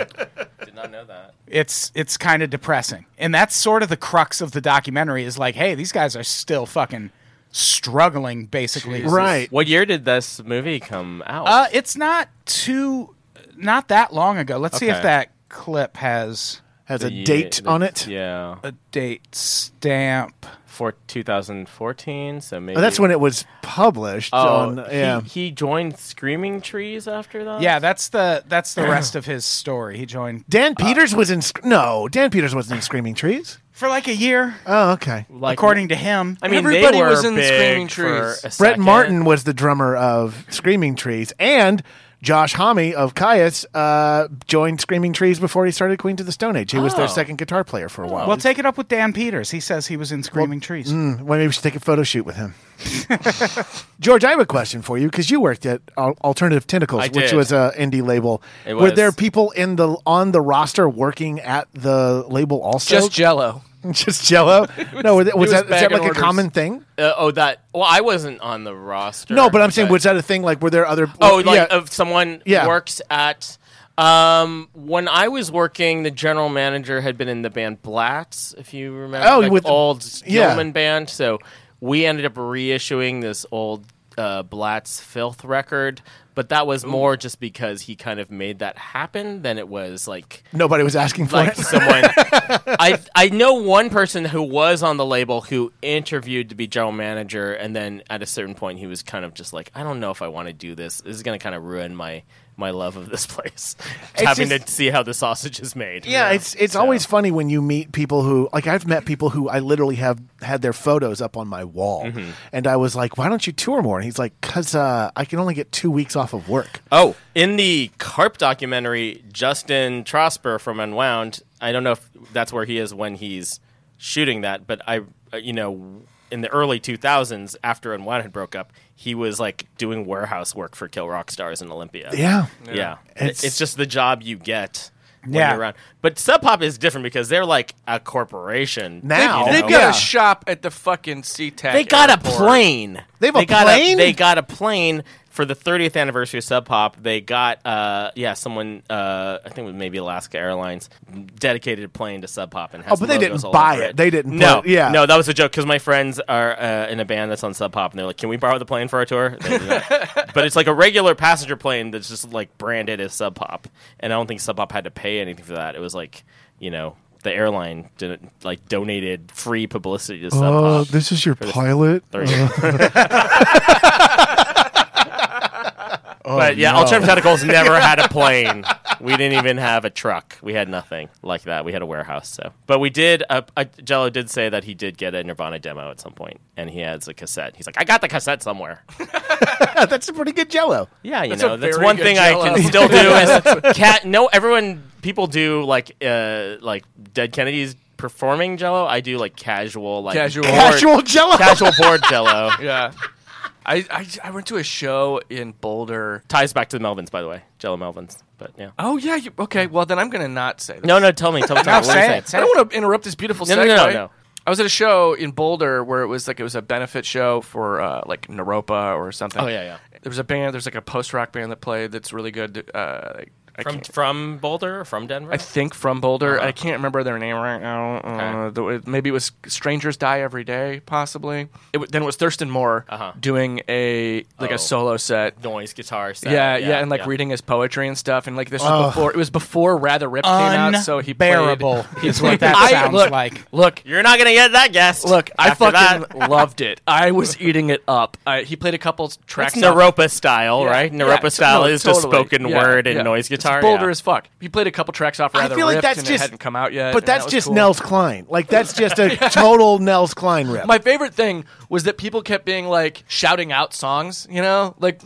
Speaker 5: Did not know that.
Speaker 2: it's it's kind of depressing and that's sort of the crux of the documentary is like hey these guys are still fucking struggling basically
Speaker 3: right.
Speaker 5: What year did this movie come out?
Speaker 2: uh it's not too not that long ago let's see if
Speaker 5: Okay.
Speaker 2: that clip has
Speaker 3: Has
Speaker 5: The
Speaker 3: a
Speaker 5: year-
Speaker 3: date
Speaker 5: the-
Speaker 3: on it.
Speaker 5: Yeah,
Speaker 2: a date stamp
Speaker 5: for 2014. So maybe
Speaker 3: Oh, that's when it was published.
Speaker 5: Oh,
Speaker 3: on, yeah.
Speaker 5: he, he joined Screaming Trees after that.
Speaker 2: yeah that's the that's the rest of his story he joined
Speaker 3: Dan Peters
Speaker 5: Uh.
Speaker 3: was in. Sc- No, Dan Peters wasn't in Screaming Trees.
Speaker 2: for like a year
Speaker 4: Uh,
Speaker 3: Oh, okay.
Speaker 5: like,
Speaker 2: according to him
Speaker 5: I mean,
Speaker 4: Everybody
Speaker 5: they were
Speaker 4: was in
Speaker 5: big
Speaker 4: Screaming
Speaker 5: for
Speaker 4: Trees.
Speaker 5: a
Speaker 3: Brett
Speaker 5: second.
Speaker 3: Martin was the drummer of Screaming Trees, and Josh Homme of Caius uh, joined Screaming Trees before he started Queen to the Stone Age. He was their
Speaker 5: Oh.
Speaker 3: second guitar player for a while.
Speaker 2: well take it up with dan peters he says he was in screaming trees
Speaker 4: mm.
Speaker 3: Well, maybe we should take a photo shoot with him. George, I have a question for you because you worked at Al- Alternative Tentacles,
Speaker 5: I
Speaker 3: which
Speaker 5: did.
Speaker 3: was a indie label.
Speaker 5: It
Speaker 3: Were
Speaker 5: was.
Speaker 3: there people in the on the roster working at the label also?
Speaker 4: Just Jello.
Speaker 3: just Jello? no, were there- was,
Speaker 4: was
Speaker 3: that, was that
Speaker 4: bagging
Speaker 3: like a
Speaker 4: orders.
Speaker 3: common thing?
Speaker 5: Uh, oh, that. Well, I wasn't on the roster.
Speaker 3: No, but I'm saying, was that a thing? Like, were there other?
Speaker 5: Oh, like
Speaker 3: yeah.
Speaker 5: if someone
Speaker 3: Yeah.
Speaker 5: works at. Um, when I was working, the general manager had been in the band Blatz, if you remember,
Speaker 3: Oh,
Speaker 5: like
Speaker 3: with-
Speaker 5: old
Speaker 3: yeah.
Speaker 5: Gilman band. So we ended up reissuing this old uh, Blatz Filth record, But that was more just because he kind of made that happen than it was like
Speaker 3: Nobody was asking for it.
Speaker 5: like someone. I I know one person who was on the label who interviewed to be general manager, and then at a certain point he was kind of just like, I don't know if I want to do this. This is going to kind of ruin my my love of this place. having
Speaker 3: just-
Speaker 5: to see how the sausage is made.
Speaker 3: Yeah, it's it's
Speaker 5: So-
Speaker 3: always funny when you meet people who like I've met people who I literally have had their photos up on my wall,
Speaker 4: Mm-hmm.
Speaker 3: and I was like, "Why don't you tour more?" And he's like, "Cause uh, I can only get two weeks off of work."
Speaker 5: Oh, in the Carp documentary, Justin Trosper from Unwound. I don't know if that's where he is when he's shooting that, but I, uh, you know, in the early 2000s, after Unwound had broke up, he was like doing warehouse work for Kill Rock Stars in Olympia.
Speaker 3: Yeah,
Speaker 5: yeah.
Speaker 3: It's-
Speaker 5: It's, just the job you get. When
Speaker 2: Yeah.
Speaker 5: you're around. But Sub Pop is different because they're like a corporation.
Speaker 3: Now-
Speaker 5: you
Speaker 4: They've
Speaker 5: know?
Speaker 4: got
Speaker 3: Yeah.
Speaker 4: a shop at the fucking SeaTac.
Speaker 5: They got a
Speaker 4: airport.
Speaker 5: plane.
Speaker 3: They have a
Speaker 5: got
Speaker 3: plane?
Speaker 5: they got a plane for the 30th anniversary of Sub Pop. They got uh yeah someone uh I think it was maybe Alaska Airlines dedicated a plane to Sub Pop and has
Speaker 3: Oh, but they
Speaker 5: logos
Speaker 3: didn't
Speaker 5: all
Speaker 3: buy
Speaker 5: over
Speaker 3: it. They didn't
Speaker 5: No,
Speaker 3: put- yeah.
Speaker 5: no, that was a joke because my friends are uh, in a band that's on Sub Pop and they're like, can we borrow the plane for our tour? They did not. but it's like a regular passenger plane that's just like branded as Sub Pop, and I don't think Sub Pop had to pay anything for that. It was like you know. The airline didn't like donated free publicity to Sub Pop.
Speaker 3: Oh, this is your pilot.
Speaker 5: but yeah, Alternative Tentacles never had a plane. We didn't even have a truck. We had nothing like that. We had a warehouse. So, but we did. Uh, uh, Jello did say that he did get a Nirvana demo at some point, and he has a cassette. He's like, I got the cassette somewhere.
Speaker 3: That's a pretty good Jello.
Speaker 5: Yeah, you
Speaker 4: That's a
Speaker 5: know, that's
Speaker 4: very
Speaker 5: one
Speaker 4: good
Speaker 5: thing I
Speaker 4: Jell-O.
Speaker 5: can still do is cat. No, everyone people do like uh like Dead Kennedys performing Jello. I do like casual like
Speaker 4: Casual.
Speaker 5: bored-
Speaker 3: Casual Jello.
Speaker 5: casual board Jello.
Speaker 4: Yeah. I, I, I went to a show in Boulder.
Speaker 5: Ties back to the Melvins, by the way, Jello Melvins. But yeah.
Speaker 4: Oh yeah, you, okay. Well then I'm gonna not say that.
Speaker 5: No, no, tell me, tell me, tell me. what are you
Speaker 2: say
Speaker 5: saying?
Speaker 2: it.
Speaker 4: I don't want to interrupt this beautiful
Speaker 5: No, no,
Speaker 4: segue.
Speaker 5: no, no.
Speaker 4: I was at a show in Boulder where it was like it was a benefit show for uh, like Naropa or something.
Speaker 5: Oh, yeah, yeah.
Speaker 4: There was a band. There's like a post rock band that played that's really good. Uh, like, I
Speaker 5: from
Speaker 4: can't-
Speaker 5: from Boulder or from Denver?
Speaker 4: I think from Boulder.
Speaker 5: Uh-huh.
Speaker 4: I can't remember their name right now. Uh, the, it- maybe it was Strangers Die Every Day, possibly. It, wa- then it was Thurston Moore
Speaker 5: Uh-huh.
Speaker 4: doing a like
Speaker 5: Oh.
Speaker 4: a solo set.
Speaker 5: noise guitar sound.
Speaker 4: Yeah, yeah, and like reading his poetry and stuff, and like this was before it was before Rather Rip came out, so he played.
Speaker 2: Unbearable is what
Speaker 4: played-
Speaker 2: that
Speaker 4: I-
Speaker 2: sounds
Speaker 4: look,
Speaker 2: like.
Speaker 4: Look,
Speaker 5: You're not gonna get that guest.
Speaker 4: Look, I
Speaker 5: after that.
Speaker 4: fucking loved it. I was eating it up. I, he played a couple
Speaker 5: That's
Speaker 4: tracks. off-
Speaker 5: Naropa style,
Speaker 4: Yeah,
Speaker 5: right?
Speaker 4: yeah,
Speaker 5: Naropa
Speaker 4: to-
Speaker 5: style
Speaker 4: no,
Speaker 5: is just
Speaker 4: totally.
Speaker 5: spoken
Speaker 4: Yeah,
Speaker 5: word and
Speaker 4: yeah.
Speaker 5: noise guitar.
Speaker 4: It's Boulder
Speaker 5: yeah.
Speaker 4: as fuck. He played a couple tracks off. Rather
Speaker 3: I feel like
Speaker 4: Ripped
Speaker 3: that's
Speaker 4: and
Speaker 3: just-
Speaker 4: it hadn't come out yet.
Speaker 3: But
Speaker 4: and
Speaker 3: that's
Speaker 4: that was
Speaker 3: just
Speaker 4: cool.
Speaker 3: Nels Klein. Like that's just a total Nels Klein rip.
Speaker 4: My favorite thing was that people kept being like shouting out songs. You know, like,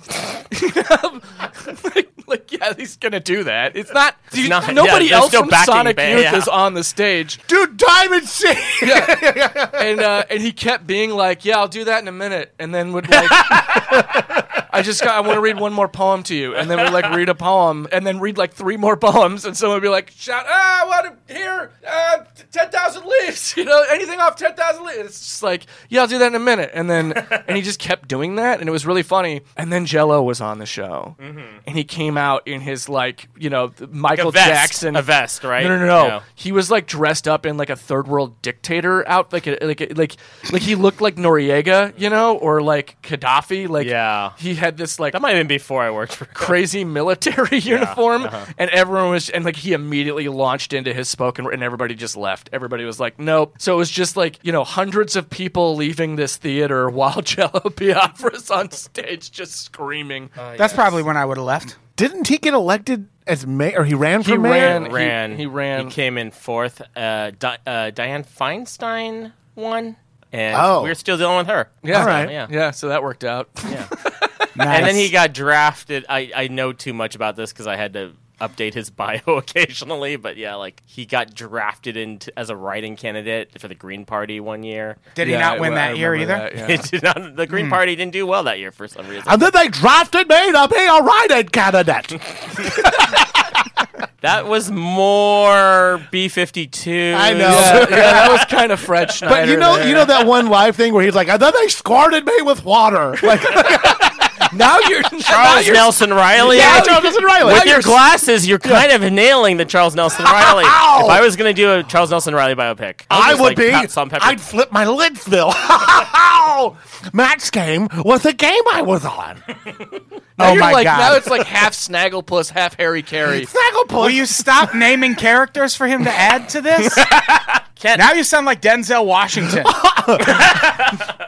Speaker 4: like, like, yeah, he's gonna do that. It's not. you-
Speaker 5: not- yeah,
Speaker 4: nobody
Speaker 5: there's
Speaker 4: else
Speaker 5: no
Speaker 4: from
Speaker 5: backing
Speaker 4: Sonic
Speaker 5: band,
Speaker 4: Youth
Speaker 5: yeah.
Speaker 4: is on the stage.
Speaker 3: Dude, Diamond City.
Speaker 4: and uh, and he kept being like, "Yeah, I'll do that in a minute," and then would like, "I just got, I want to read one more poem to you," and then would like read a poem, and then read like three more poems, and someone would be like, "Shout! Ah, I want to hear uh, ten thousand leaves, you know, anything off ten thousand leaves." It's just like, "Yeah, I'll do that in a minute," and then and he just kept doing that, and it was really funny. And then Jello was on the show, and he came out in his like, you know, th- Michael
Speaker 5: vest.
Speaker 4: Jackson
Speaker 5: Mm-hmm. A vest, right?
Speaker 4: No, no, no, no.
Speaker 5: No.
Speaker 4: He was like dressed up in like a third world dictator out, like a, like a, like like he looked like Noriega, you know, or like Gaddafi. Like
Speaker 5: Yeah.
Speaker 4: he had this like
Speaker 5: That might have been before I worked for.
Speaker 4: crazy military uniform, and everyone was and like he immediately launched into his spoken, and everybody just left. Everybody was like, nope. So it was just like you know hundreds of people leaving this theater while Jello Biafra's on stage just screaming.
Speaker 2: That's probably when I would have left.
Speaker 3: Didn't he get elected as mayor? Or he ran for
Speaker 4: He
Speaker 3: mayor.
Speaker 4: ran.
Speaker 5: He ran.
Speaker 4: He- he ran.
Speaker 5: He came in fourth. Uh, Di- uh, Diane Feinstein won, and
Speaker 3: Oh.
Speaker 5: we were still dealing with her.
Speaker 4: yeah,
Speaker 3: All right.
Speaker 5: Yeah.
Speaker 4: yeah. So that worked out.
Speaker 5: And then
Speaker 2: Nice.
Speaker 5: he got drafted. I, I know too much about this because I had to update his bio occasionally. But yeah, like he got drafted into as a writing candidate for the Green Party one year.
Speaker 2: Did he
Speaker 4: Yeah,
Speaker 2: not
Speaker 4: I-
Speaker 2: win
Speaker 4: I
Speaker 2: that year
Speaker 4: remember
Speaker 2: either?
Speaker 4: that, yeah.
Speaker 5: It did not, the
Speaker 3: Hmm.
Speaker 5: Green Party didn't do well that year for some reason.
Speaker 3: And then they drafted me to be a writing candidate.
Speaker 5: that was more B fifty two.
Speaker 3: I know.
Speaker 4: yeah, yeah, that was kind of Fred Schneider.
Speaker 3: But you know,
Speaker 4: there.
Speaker 3: you know that one live thing where he's like, and then they squirted me with water. Like,
Speaker 4: now you're now
Speaker 5: Charles
Speaker 4: you're
Speaker 5: Nelson Riley.
Speaker 3: yeah,
Speaker 5: I-
Speaker 3: Charles Nelson Riley.
Speaker 5: With your glasses, you're kind of nailing the Charles Nelson Riley. if I was going to do a Charles Nelson Riley biopic,
Speaker 3: I would be.
Speaker 5: Some pepper.
Speaker 3: I'd flip my Lidsville. Matt's game was the game I was on.
Speaker 4: Now
Speaker 2: Oh
Speaker 4: you're
Speaker 2: my
Speaker 4: like,
Speaker 2: God.
Speaker 4: Now it's like half Snagglepuss, half Harry Carey.
Speaker 2: Will you stop naming characters for him to add to this? now you sound like Denzel Washington.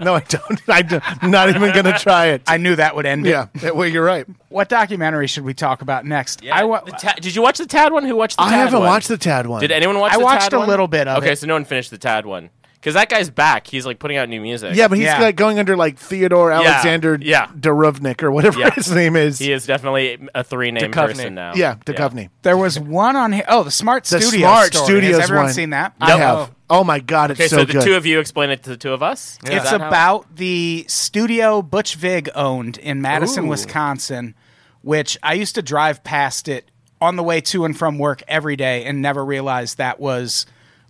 Speaker 3: No, I don't. I do, I'm not even going to try it.
Speaker 2: I knew that would end
Speaker 3: yeah,
Speaker 2: it.
Speaker 3: that- well, you're right.
Speaker 2: What documentary should we talk about next? I wa-
Speaker 5: The Ta- did you watch the Tad one? Who watched the
Speaker 3: I
Speaker 5: Tad
Speaker 3: haven't
Speaker 5: one?
Speaker 3: watched the Tad one.
Speaker 5: Did anyone watch
Speaker 2: I
Speaker 5: the
Speaker 2: watched
Speaker 5: Tad
Speaker 2: a
Speaker 5: one?
Speaker 2: little bit of
Speaker 5: okay,
Speaker 2: it.
Speaker 5: so no one finished the Tad one. Because that guy's back. He's like putting out new music.
Speaker 3: Yeah, but he's
Speaker 2: Yeah.
Speaker 3: like going under like Theodore Alexander
Speaker 5: yeah.
Speaker 3: Deruvnik or whatever
Speaker 5: Yeah.
Speaker 3: his name is.
Speaker 5: He is definitely a three name
Speaker 4: Duchovny.
Speaker 5: person now.
Speaker 3: Yeah, Duchovny.
Speaker 2: There was one on here. Oh, the Smart
Speaker 3: The
Speaker 2: Studios.
Speaker 3: Smart
Speaker 2: story.
Speaker 3: Studios
Speaker 2: Has everyone
Speaker 3: one.
Speaker 2: seen that?
Speaker 3: I have. Oh my god, it's
Speaker 5: Okay, so,
Speaker 3: so,
Speaker 5: the
Speaker 3: good.
Speaker 5: two of you explain it to the two of us?
Speaker 4: Yeah.
Speaker 2: It's
Speaker 4: Is that how-
Speaker 2: about the studio Butch Vig owned in Madison,
Speaker 5: Ooh.
Speaker 2: Wisconsin, which I used to drive past it on the way to and from work every day and never realized that was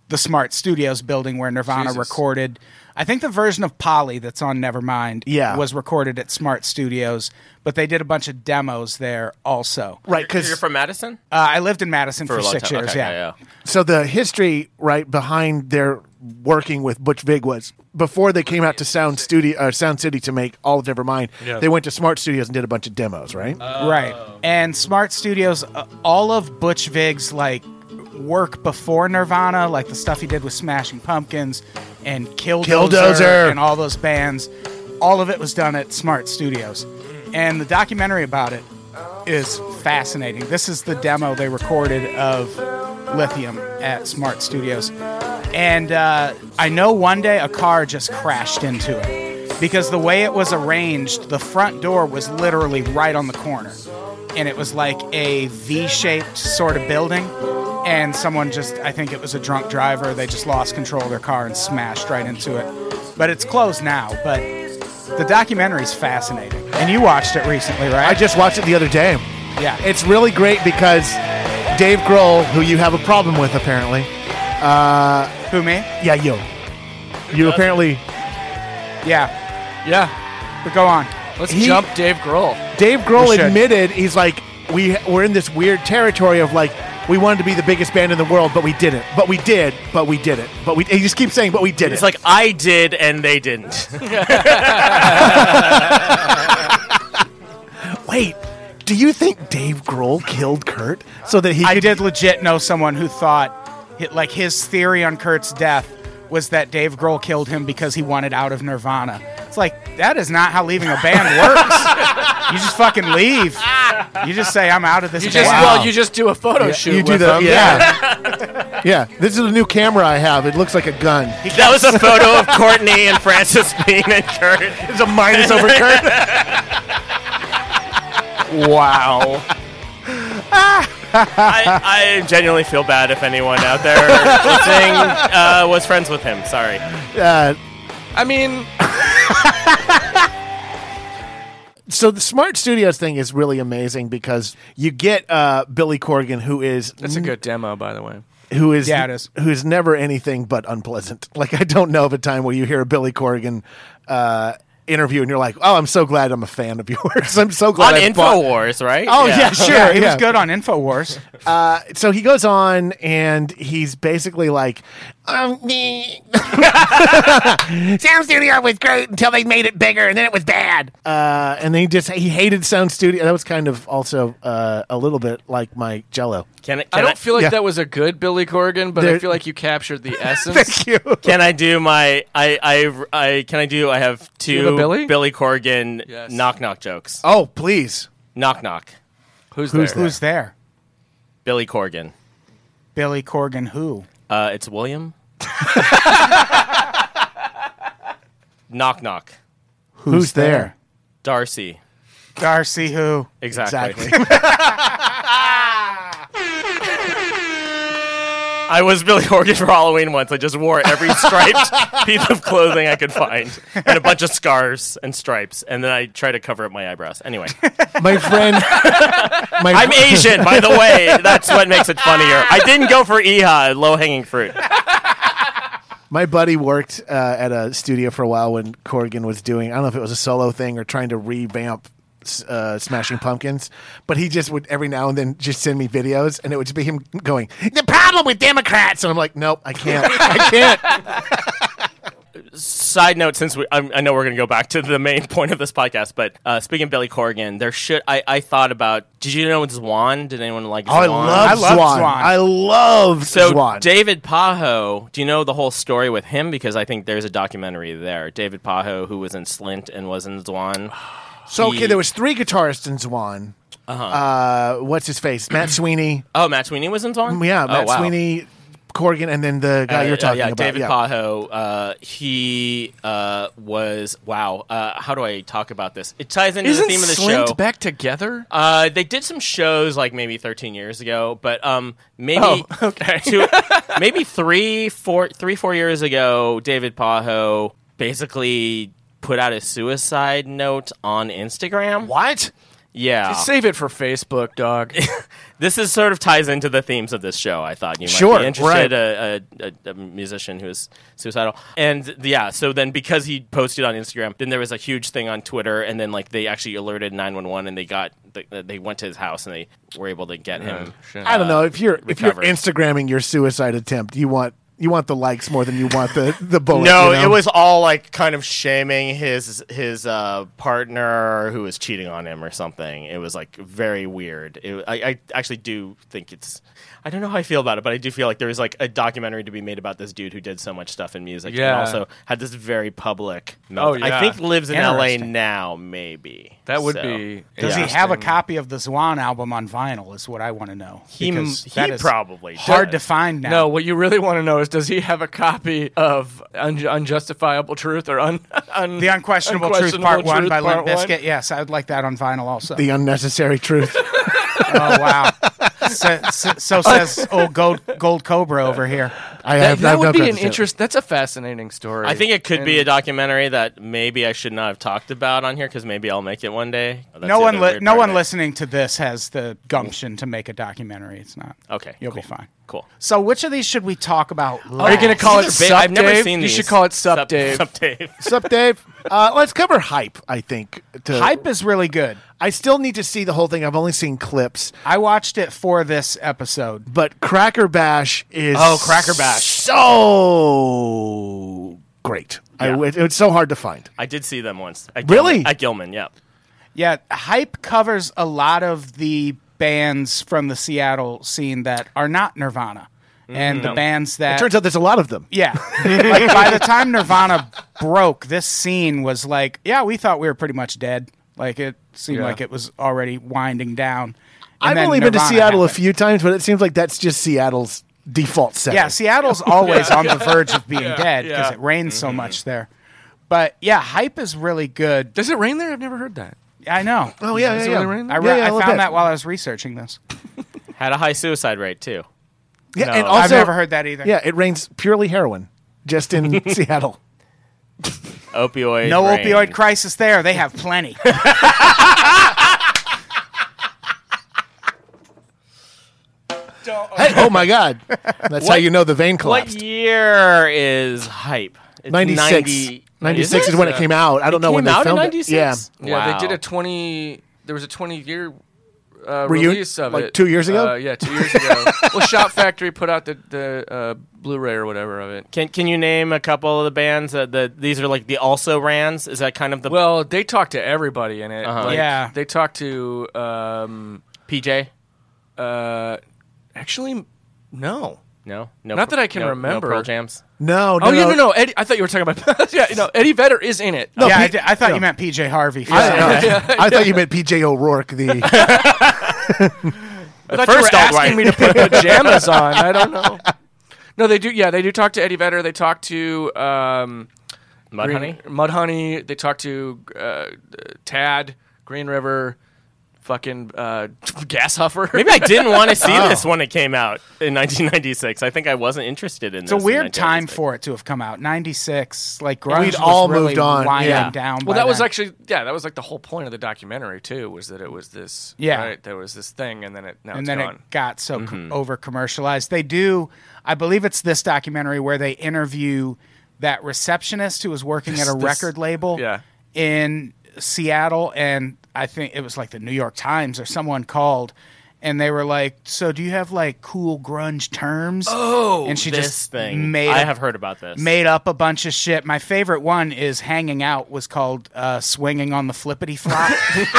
Speaker 2: the Smart Studios building where Nirvana
Speaker 4: Jesus.
Speaker 2: recorded. I think the version of Polly that's on Nevermind
Speaker 3: Yeah.
Speaker 2: was recorded at Smart Studios, but they did a bunch of demos there also. Uh,
Speaker 3: right
Speaker 5: You're
Speaker 3: because
Speaker 5: from Madison?
Speaker 2: I lived in Madison Uh, for,
Speaker 5: a long
Speaker 2: six
Speaker 5: time.
Speaker 2: years.
Speaker 5: Okay,
Speaker 2: yeah.
Speaker 3: so the history right behind their working with Butch Vig was before they came out to Sound Studio uh, Sound City to make all of Nevermind. They went to Smart Studios and did a bunch of demos, right?
Speaker 2: Right. And Smart Studios, uh, all of Butch Vig's like work before Nirvana, like the stuff he did with Smashing Pumpkins and Killdozer,
Speaker 3: Killdozer.
Speaker 2: and all those bands, all of it was done at Smart Studios. And the documentary about it is fascinating. This is the demo they recorded of Lithium at Smart Studios. And uh, I know one day a car just crashed into it because the way it was arranged, the front door was literally right on the corner. And it was like a V shaped sort of building. And someone just, I think it was a drunk driver, they just lost control of their car and smashed right into it. But it's closed now. But the documentary's fascinating. And you watched it recently, right?
Speaker 3: I just watched it the other day.
Speaker 2: yeah.
Speaker 3: It's really great because Dave Grohl, who you have a problem with apparently,
Speaker 2: Who, me?
Speaker 3: yeah, you, you apparently
Speaker 2: Yeah.
Speaker 4: Yeah.
Speaker 2: But go on.
Speaker 4: Let's
Speaker 3: He-
Speaker 4: jump Dave Grohl.
Speaker 3: Dave Grohl
Speaker 2: We should.
Speaker 3: admitted he's like we we're in this weird territory of like we wanted to be the biggest band in the world, but we didn't, but we did, but we did it, but we he just keeps saying, but we did
Speaker 5: It's
Speaker 3: it.
Speaker 5: like I did and they didn't.
Speaker 3: Like, wait, do you think Dave Grohl killed Kurt so that he
Speaker 2: I
Speaker 3: could?
Speaker 2: did legit know someone who thought, hi- like, his theory on Kurt's death was that Dave Grohl killed him because he wanted out of Nirvana. It's like, that is not how leaving a band works. you just fucking leave. You just say, I'm out of this
Speaker 4: You just
Speaker 2: band.
Speaker 4: well, you just do a photo shoot.
Speaker 3: you do
Speaker 4: with
Speaker 3: the
Speaker 4: him.
Speaker 3: yeah, yeah. This is a new camera I have. It looks like a gun.
Speaker 5: that was a photo of Courtney and Francis Bean and Kurt.
Speaker 3: It's a minus over Kurt.
Speaker 5: Wow. I, I genuinely feel bad if anyone out there listening uh, was friends with him. Sorry.
Speaker 3: Uh,
Speaker 4: I mean,
Speaker 3: so the smart studios thing is really amazing because you get uh, Billy Corgan, who is
Speaker 4: that's a good demo, by the way.
Speaker 3: who is
Speaker 2: Yeah, it is.
Speaker 3: who is never anything but unpleasant. Like I don't know of a time where you hear a Billy Corgan uh, interview and you're like, oh, I'm so glad I'm a fan of yours. I'm so
Speaker 5: On
Speaker 3: glad I bought-"
Speaker 5: InfoWars, right?
Speaker 3: Oh yeah, sure.
Speaker 2: yeah, he
Speaker 3: yeah.
Speaker 2: was good on Infowars.
Speaker 3: So he goes on and he's basically like, um, meh. Sound Studio was great until they made it bigger and then it was bad. Uh, and then he just he hated Sound Studio. That was kind of also uh, a little bit like my Jello.
Speaker 5: Can,
Speaker 4: I
Speaker 5: I- can
Speaker 4: don't
Speaker 5: I,
Speaker 4: feel like
Speaker 3: yeah.
Speaker 4: that was a good Billy Corgan, but I
Speaker 3: There-
Speaker 4: feel like you captured the essence.
Speaker 3: you.
Speaker 5: Can I do my I I I can I do I have two
Speaker 4: you have a Billy?
Speaker 5: Corgan
Speaker 4: Yes.
Speaker 5: knock knock jokes.
Speaker 3: Oh please.
Speaker 5: Knock knock.
Speaker 4: Who's, there?
Speaker 2: Who's there?
Speaker 5: Billy Corgan.
Speaker 2: Billy Corgan, who?
Speaker 5: Uh, it's William. knock knock.
Speaker 3: Who's, there?
Speaker 5: Darcy.
Speaker 2: Darcy, who?
Speaker 5: Exactly.
Speaker 3: Exactly.
Speaker 5: I was Billy Corgan for Halloween once. I just wore every striped piece of clothing I could find and a bunch of scarves and stripes, and then I tried to cover up my eyebrows. Anyway,
Speaker 3: my friend. My
Speaker 5: I'm
Speaker 3: fr-
Speaker 5: Asian, by the way. That's what makes it funnier. I didn't go for Iha, low hanging fruit.
Speaker 3: My buddy worked uh, at a studio for a while when Corgan was doing, I don't know if it was a solo thing or trying to revamp s- uh, Smashing Pumpkins, but he just would every now and then just send me videos and it would just be him going, The problem with Democrats. And I'm like, Nope, I can't. I can't.
Speaker 5: side note, since we, I, I know we're going to go back to the main point of this podcast, but uh, speaking of Billy Corgan, there should I, I thought about. Did you know Zwan? Did anyone like?
Speaker 3: Oh, I
Speaker 5: Zwan?
Speaker 3: love,
Speaker 2: I love
Speaker 3: Zwan.
Speaker 2: Zwan.
Speaker 3: I love
Speaker 5: So
Speaker 3: Zwan.
Speaker 5: David Pajo, do you know the whole story with him? Because I think there's a documentary there. David Pajo, who was in Slint and was in Zwan.
Speaker 3: so okay,
Speaker 5: he-
Speaker 3: there was three guitarists in Zwan. Uh-huh. Uh, what's his face? Matt Sweeney. Um,
Speaker 5: Oh, Matt Sweeney was in Zwan.
Speaker 3: Yeah,
Speaker 5: oh,
Speaker 3: Matt
Speaker 5: wow.
Speaker 3: Sweeney, Corgan, and then the guy
Speaker 5: Uh,
Speaker 3: you're
Speaker 5: uh,
Speaker 3: talking
Speaker 5: yeah,
Speaker 3: about.
Speaker 5: David
Speaker 3: yeah.
Speaker 5: Pajo. Uh, he uh, was wow. Uh, how do I talk about this? It ties into
Speaker 4: Isn't
Speaker 5: the theme of the
Speaker 4: Slint
Speaker 5: show.
Speaker 4: back together?
Speaker 5: Uh, they did some shows like maybe 13 years ago, but um, maybe
Speaker 3: Oh,
Speaker 5: two, maybe three, four, three, four years ago, David Pajo basically put out a suicide note on Instagram.
Speaker 3: What?
Speaker 5: Yeah,
Speaker 4: Save it for Facebook, dog.
Speaker 5: this is sort of ties into the themes of this show. I thought you might
Speaker 3: Sure,
Speaker 5: be
Speaker 3: right.
Speaker 5: interested a, a, a, a musician who is suicidal, and yeah. So then, because he posted on Instagram, then there was a huge thing on Twitter, and then like they actually alerted nine one one, and they got they, they went to his house and they were able to get him.
Speaker 3: I
Speaker 5: Uh,
Speaker 3: don't know if you're if you're
Speaker 5: recovered.
Speaker 3: Instagramming your suicide attempt, you want you want the likes more than you want the the bullet.
Speaker 5: No,
Speaker 3: you know?
Speaker 5: it was all like kind of shaming his his uh, partner who was cheating on him or something. It was like very weird. It, I, I actually do think it's. I don't know how I feel about it, but I do feel like there was like a documentary to be made about this dude who did so much stuff in music
Speaker 4: Yeah.
Speaker 5: and also had this very public.
Speaker 4: Oh, yeah.
Speaker 5: I think lives in L.A.
Speaker 2: Interesting.
Speaker 5: now, maybe.
Speaker 4: That would
Speaker 5: So-
Speaker 4: be.
Speaker 2: Does
Speaker 5: Yeah.
Speaker 2: he have a
Speaker 4: interesting.
Speaker 2: copy of the Zwan album on vinyl? Is what I want to know.
Speaker 5: He, m-
Speaker 2: Because
Speaker 5: he
Speaker 2: that is
Speaker 5: probably
Speaker 2: hard to
Speaker 5: does.
Speaker 2: find now.
Speaker 4: No, what you really want to know is does he have a copy of un- Unjustifiable Truth or un- un-
Speaker 2: the unquestionable, truth, part one by Limp
Speaker 4: Part One?
Speaker 2: Bizkit. Yes, I would like that on vinyl also.
Speaker 3: the unnecessary truth.
Speaker 2: oh wow! so, so, so says old gold, gold Cobra over here.
Speaker 3: I
Speaker 4: That,
Speaker 3: have, I
Speaker 4: that
Speaker 3: have no
Speaker 4: would be
Speaker 3: preference
Speaker 4: an
Speaker 3: there.
Speaker 4: interest. That's a fascinating story.
Speaker 5: I think it could
Speaker 4: And-
Speaker 5: be a documentary that maybe I should not have talked about on here because maybe I'll make it one day. That's
Speaker 2: no
Speaker 5: the
Speaker 2: one,
Speaker 5: other
Speaker 2: li-
Speaker 5: weird
Speaker 2: no
Speaker 5: part of
Speaker 2: one
Speaker 5: it.
Speaker 2: listening to this has the gumption to make a documentary. It's not
Speaker 5: Okay,
Speaker 2: You'll
Speaker 5: cool.
Speaker 2: be fine.
Speaker 5: Cool.
Speaker 2: So, which of these should we talk about?
Speaker 4: Are you
Speaker 2: last?
Speaker 4: going to call it
Speaker 5: These
Speaker 4: Sup
Speaker 5: are big-
Speaker 4: Dave?
Speaker 5: I've never seen
Speaker 4: You
Speaker 5: these.
Speaker 4: should call it Sup, Dave.
Speaker 5: Sup Dave.
Speaker 3: Sup, Dave? Uh, let's cover hype. I think to-
Speaker 2: hype is really good.
Speaker 3: I still need to see the whole thing. I've only seen clips,
Speaker 2: I watched it for this episode.
Speaker 3: but Cracker Bash is
Speaker 5: Oh, Cracker Bash.
Speaker 3: so great. I, it, it's so hard to find.
Speaker 5: I did see them once. At
Speaker 3: Really?
Speaker 5: Gilman, at Gilman, yeah.
Speaker 2: Yeah, hype covers a lot of the bands from the Seattle scene that are not Nirvana, and
Speaker 5: Mm-hmm.
Speaker 2: the bands that
Speaker 3: Turns out there's a lot of them.
Speaker 2: Yeah. like by the time Nirvana broke, this scene was like, yeah, we thought we were pretty much dead. Like it seemed
Speaker 4: Yeah.
Speaker 2: like it was already winding down. And
Speaker 3: I've
Speaker 2: then
Speaker 3: only been to
Speaker 2: Nirvana
Speaker 3: Seattle a
Speaker 2: happened.
Speaker 3: few times, but it seems like that's just Seattle's default setting.
Speaker 2: Yeah, Seattle's always on the verge of being dead because
Speaker 4: yeah. Mm-hmm.
Speaker 2: it rains so much there. But yeah, hype is really good.
Speaker 4: Does it rain there? I've never heard that.
Speaker 2: I know.
Speaker 3: Oh yeah,
Speaker 4: Is
Speaker 3: yeah,
Speaker 4: it
Speaker 3: yeah.
Speaker 4: really raining?
Speaker 2: I, re-
Speaker 3: yeah, yeah,
Speaker 2: I
Speaker 3: a little
Speaker 2: found
Speaker 3: bit.
Speaker 2: that while I was researching this.
Speaker 5: Had a high suicide rate too.
Speaker 3: Yeah, and
Speaker 5: No.
Speaker 3: also,
Speaker 2: I've never heard that either.
Speaker 3: Yeah, it rains purely heroin, just in Seattle.
Speaker 5: Opioid.
Speaker 2: No
Speaker 5: rain.
Speaker 2: opioid crisis there. They have plenty.
Speaker 3: Hey, oh my God, that's how you know the vein
Speaker 5: What
Speaker 3: collapsed.
Speaker 5: year is hype? It's
Speaker 3: 96.
Speaker 5: 90
Speaker 3: 96 is, when it came out. I don't know
Speaker 5: Came
Speaker 3: when they
Speaker 5: out in
Speaker 3: filmed
Speaker 5: '96.
Speaker 3: it. Yeah,
Speaker 4: Yeah,
Speaker 5: Wow.
Speaker 4: they did a twenty. There was a twenty-year uh,
Speaker 3: Reunion-
Speaker 4: release of
Speaker 3: like
Speaker 4: it
Speaker 3: two years ago?
Speaker 4: Uh, yeah, two years ago. well, Shop Factory put out the the uh, Blu-ray or whatever of it.
Speaker 5: Can Can you name a couple of the bands that the these are like the also rans? Is that kind of the
Speaker 4: Well, they talked to everybody in it.
Speaker 3: Uh-huh.
Speaker 4: Like,
Speaker 2: Yeah.
Speaker 4: they talked to. Um,
Speaker 5: PJ?
Speaker 4: uh, actually, no.
Speaker 5: No, no.
Speaker 4: Not
Speaker 5: Pearl-
Speaker 4: that I can
Speaker 5: no- no
Speaker 4: remember.
Speaker 5: Pearl jams.
Speaker 3: no, no,
Speaker 4: Oh yeah, no, no. Eddie, I thought you were talking about. yeah, no. Eddie Vedder is in it.
Speaker 3: No,
Speaker 2: yeah, I
Speaker 3: P-
Speaker 2: did- I thought
Speaker 3: no.
Speaker 2: you meant PJ Harvey.
Speaker 3: I, no. I thought you meant PJ O'Rourke. The
Speaker 4: I thought
Speaker 5: first
Speaker 4: you were
Speaker 5: alt-right.
Speaker 4: asking me to put pajamas on. I don't know. No, they do. Yeah, they do talk to Eddie Vedder. They talk to um,
Speaker 5: Mudhoney.
Speaker 4: Mudhoney. They talk to uh, Tad, Green River, fucking uh, Gas Huffer.
Speaker 5: Maybe I didn't want to see
Speaker 4: Oh.
Speaker 5: this when it came out in 1996. I think I wasn't interested in
Speaker 2: It's a weird time for it to have come out. '96, like grunge
Speaker 3: We'd
Speaker 2: was
Speaker 3: all
Speaker 2: really
Speaker 3: moved on,
Speaker 2: winding
Speaker 3: yeah.
Speaker 2: down.
Speaker 4: well,
Speaker 2: by
Speaker 4: that was
Speaker 2: then.
Speaker 4: actually yeah, that was like the whole point of the documentary too, was that it was this
Speaker 2: Yeah.
Speaker 4: right? There was this thing, and then it now
Speaker 2: and
Speaker 4: it's
Speaker 2: then
Speaker 4: gone. Mm-hmm.
Speaker 2: it got so com- over commercialized. They do, I believe it's this documentary where they interview that receptionist who was working at a
Speaker 4: this-
Speaker 2: record label
Speaker 4: yeah.
Speaker 2: in Seattle, and I think it was like the New York Times or someone called and they were like, "So do you have like cool grunge terms?"
Speaker 5: Oh,
Speaker 2: and she
Speaker 5: this
Speaker 2: just
Speaker 5: thing.
Speaker 2: made
Speaker 5: I
Speaker 2: up-
Speaker 5: have heard about this.
Speaker 2: made up a bunch of shit. My favorite one is hanging out was called uh, swinging on the flippity flop.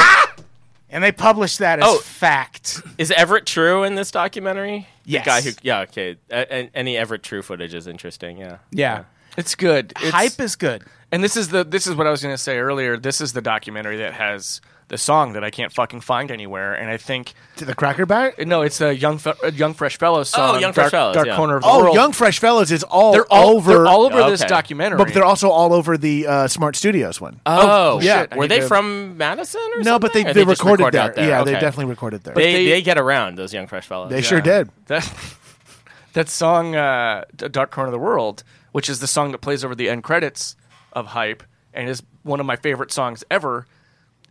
Speaker 2: And they published that as
Speaker 5: Oh.
Speaker 2: fact.
Speaker 5: Is Everett True in this documentary?
Speaker 2: Yes.
Speaker 5: The guy who, yeah, okay. A- a- any Everett True footage is interesting. Yeah.
Speaker 2: Yeah.
Speaker 4: It's good. It's,
Speaker 2: Hype is good.
Speaker 4: And this is the this is what I was going to say earlier. This is the documentary that has the song that I can't fucking find anywhere. And I think
Speaker 3: To the Cracker Barrel.
Speaker 4: no, it's a young Fe- a young fresh fellow song.
Speaker 5: Oh, Young
Speaker 4: Dark,
Speaker 5: Fresh Fellows,
Speaker 4: Dark
Speaker 5: yeah.
Speaker 4: corner of the
Speaker 3: Oh,
Speaker 4: world.
Speaker 3: Young Fresh Fellows is all,
Speaker 4: They're all
Speaker 3: over.
Speaker 4: They're all over
Speaker 5: Yeah,
Speaker 4: this
Speaker 5: okay.
Speaker 4: documentary.
Speaker 3: but they're also all over the uh, Smart Studios one.
Speaker 5: Oh,
Speaker 4: yeah.
Speaker 5: shit. Were
Speaker 4: I
Speaker 5: they
Speaker 4: need to-
Speaker 5: from Madison or something?
Speaker 3: no, but they,
Speaker 5: Or
Speaker 3: they,
Speaker 5: just
Speaker 3: recorded
Speaker 5: record
Speaker 3: there.
Speaker 5: out there?
Speaker 3: Yeah, they
Speaker 5: Okay.
Speaker 3: definitely recorded there.
Speaker 5: They,
Speaker 4: they-
Speaker 5: they get around, those young fresh fellows.
Speaker 3: they sure did.
Speaker 4: that that song uh, D- dark corner of the world which is the song that plays over the end credits of hype and is one of my favorite songs ever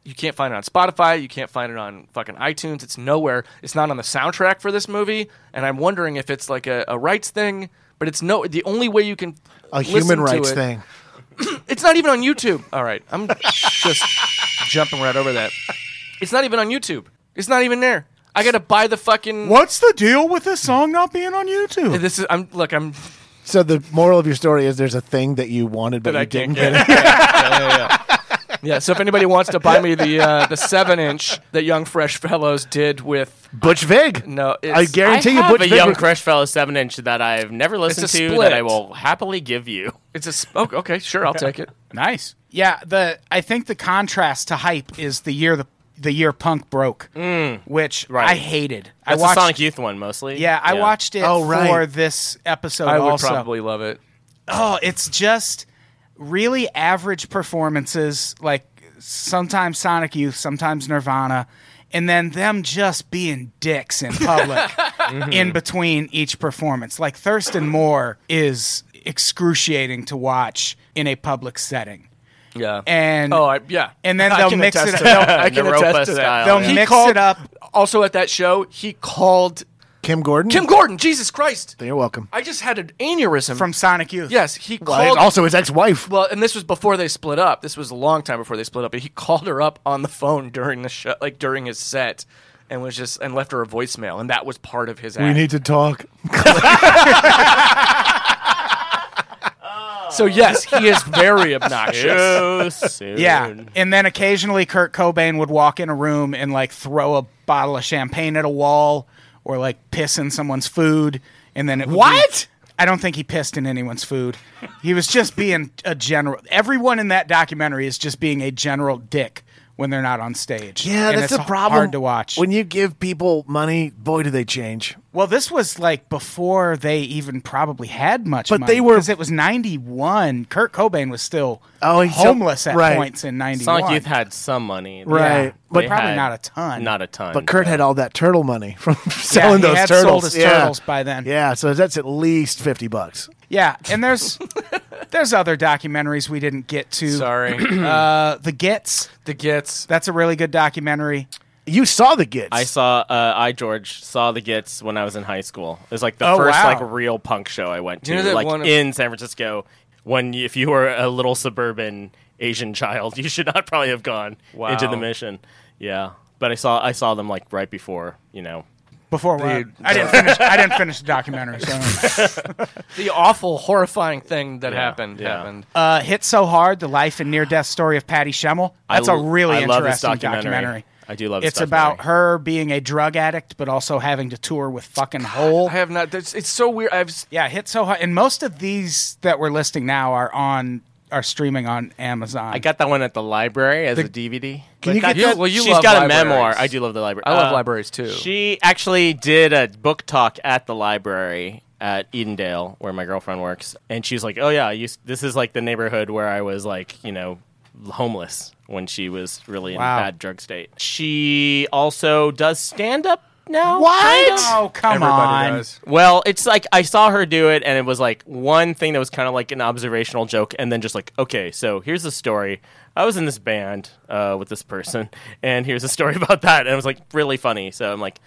Speaker 4: you can't find it on spotify you can't find it on fucking itunes it's nowhere it's not on the soundtrack for this movie and i'm wondering if it's like a, a rights thing but it's no the only way you can
Speaker 3: A
Speaker 4: listen
Speaker 3: human
Speaker 4: to
Speaker 3: rights
Speaker 4: it-
Speaker 3: thing.
Speaker 4: it's not even on YouTube. All right, I'm just jumping right over that. It's not even on YouTube. It's not even there. I gotta buy the fucking.
Speaker 2: What's the deal with this song not being on YouTube?
Speaker 4: This is. I'm look. I'm.
Speaker 3: So the moral of your story is there's a thing that you wanted but
Speaker 4: That
Speaker 3: you
Speaker 4: I
Speaker 3: didn't
Speaker 4: can't
Speaker 3: get. it.
Speaker 4: Yeah. So if anybody wants to buy me the uh, the seven inch that Young Fresh Fellows did with
Speaker 3: Butch Vig.
Speaker 4: no, it's,
Speaker 3: I guarantee you,
Speaker 5: I
Speaker 3: Butch
Speaker 5: have a
Speaker 3: Vig.
Speaker 5: young
Speaker 3: rec-
Speaker 5: Crush Fellow 7 inch that I've never listened to
Speaker 4: split.
Speaker 5: that I will happily give you.
Speaker 4: It's a. s- Oh, okay, sure, I'll take it.
Speaker 2: Nice. Yeah, the I think the contrast to hype is the year the the year punk broke, which
Speaker 5: right.
Speaker 2: I hated.
Speaker 5: That's
Speaker 2: I watched.
Speaker 5: the Sonic Youth one mostly.
Speaker 2: Yeah, I watched it
Speaker 3: Oh, right.
Speaker 2: for this episode.
Speaker 4: I would
Speaker 2: also.
Speaker 4: probably love it.
Speaker 2: Oh, it's just really average performances, like sometimes Sonic Youth, sometimes Nirvana, and then them just being dicks in public in between each performance. Like Thurston Moore is excruciating to watch in a public setting.
Speaker 4: Yeah.
Speaker 2: And
Speaker 4: oh, I, yeah.
Speaker 2: and then
Speaker 4: I
Speaker 2: they'll
Speaker 4: can
Speaker 2: mix
Speaker 4: attest
Speaker 2: it
Speaker 4: to
Speaker 2: up.
Speaker 4: that. I can
Speaker 5: Naropa
Speaker 4: attest to that.
Speaker 5: style,
Speaker 2: They'll
Speaker 5: yeah.
Speaker 2: mix
Speaker 4: Oh, called-
Speaker 2: it up.
Speaker 4: Also at that show, he called
Speaker 3: Kim Gordon.
Speaker 4: Kim Gordon. Jesus Christ!
Speaker 3: You're welcome.
Speaker 4: I just had an aneurysm
Speaker 2: from Sonic Youth.
Speaker 4: Yes, he
Speaker 3: Well,
Speaker 4: called.
Speaker 3: also his ex-wife.
Speaker 4: well, and this was before they split up. This was a long time before they split up. But he called her up on the phone during the show, like during his set, and was just and left her a voicemail, and that was part of his. Act.
Speaker 3: to talk.
Speaker 4: so yes, he is very obnoxious.
Speaker 5: Too soon.
Speaker 2: Yeah. And then occasionally Kurt Cobain would walk in a room and like throw a bottle of champagne at a wall or like piss in someone's food. And then it would be-
Speaker 3: What?
Speaker 2: I don't think he pissed in anyone's food. He was just being a general. Everyone in that documentary is just being a general dick when they're not on stage.
Speaker 3: Yeah,
Speaker 2: And
Speaker 3: that's
Speaker 2: it's
Speaker 3: the problem.
Speaker 2: Hard to watch.
Speaker 3: When you give people money, boy, do they change.
Speaker 2: well, this was like before they even probably had much.
Speaker 3: But
Speaker 2: money,
Speaker 3: they were-
Speaker 2: because it was ninety one. Kurt Cobain was still
Speaker 3: Oh, he's so-
Speaker 2: homeless at
Speaker 3: right.
Speaker 2: points in ninety one.
Speaker 5: Sonic Youth had some money.
Speaker 3: Right. But
Speaker 5: They
Speaker 2: probably
Speaker 5: had-
Speaker 2: not a ton.
Speaker 5: Not a ton.
Speaker 3: But Kurt
Speaker 5: yeah.
Speaker 3: had all that turtle money from
Speaker 2: Yeah,
Speaker 3: selling
Speaker 2: he
Speaker 3: those
Speaker 2: had
Speaker 3: turtles.
Speaker 2: sold his
Speaker 3: yeah.
Speaker 2: turtles by then.
Speaker 3: Yeah, so that's at least fifty bucks.
Speaker 2: Yeah, and there's there's other documentaries we didn't get to.
Speaker 4: Sorry, uh,
Speaker 2: Uh, the Gets.
Speaker 4: the gets.
Speaker 2: That's a really good documentary.
Speaker 3: You saw the gits.
Speaker 5: I saw uh, I George saw the Gits when I was in high school. It was like the
Speaker 2: Oh,
Speaker 5: first
Speaker 2: wow.
Speaker 5: like real punk show I went
Speaker 4: Do
Speaker 5: to,
Speaker 4: you know that
Speaker 5: like
Speaker 4: one of-
Speaker 5: in San Francisco. When you, if you were a little suburban Asian child, you should not probably have gone
Speaker 4: Wow.
Speaker 5: into the mission. Yeah, but I saw I saw them like right before you know.
Speaker 2: Before what? I didn't finish. I didn't finish the documentary. So.
Speaker 4: The awful, horrifying thing that happened
Speaker 5: yeah.
Speaker 4: happened.
Speaker 2: Uh, Hit so hard: the life and near-death story of Patty Schemmel. That's
Speaker 5: I
Speaker 2: a
Speaker 5: l-
Speaker 2: really
Speaker 5: I
Speaker 2: interesting
Speaker 5: love this
Speaker 2: documentary.
Speaker 5: I do love. this
Speaker 2: It's about
Speaker 5: documentary.
Speaker 2: her being a drug addict, but also having to tour with fucking Hole.
Speaker 4: I have not. That's, it's so weird. I've s-
Speaker 2: Yeah, Hit so hard. And most of these that we're listing now are on are streaming on Amazon.
Speaker 5: I got that one at the library as a DVD.
Speaker 3: Can you
Speaker 5: God,
Speaker 3: get that-
Speaker 4: well, you
Speaker 5: she's
Speaker 4: love
Speaker 5: got
Speaker 4: libraries.
Speaker 5: a memoir. I do love the library. Uh,
Speaker 4: I love libraries, too.
Speaker 5: She actually did a book talk at the library at Edendale, where my girlfriend works, and she was like, "Oh yeah, I used, this is like the neighborhood where I was like, you know, homeless when she was really in
Speaker 2: Wow.
Speaker 5: a bad drug state." She also does stand up now.
Speaker 2: what?
Speaker 5: kind of.
Speaker 2: Oh come
Speaker 4: everybody
Speaker 2: on!
Speaker 4: does.
Speaker 5: Well, it's like I saw her do it, and it was like one thing that was kind of like an observational joke, and then just like, okay, so here's the story. I was in this band uh, with this person, and here's a story about that, and it was like really funny. So I'm like,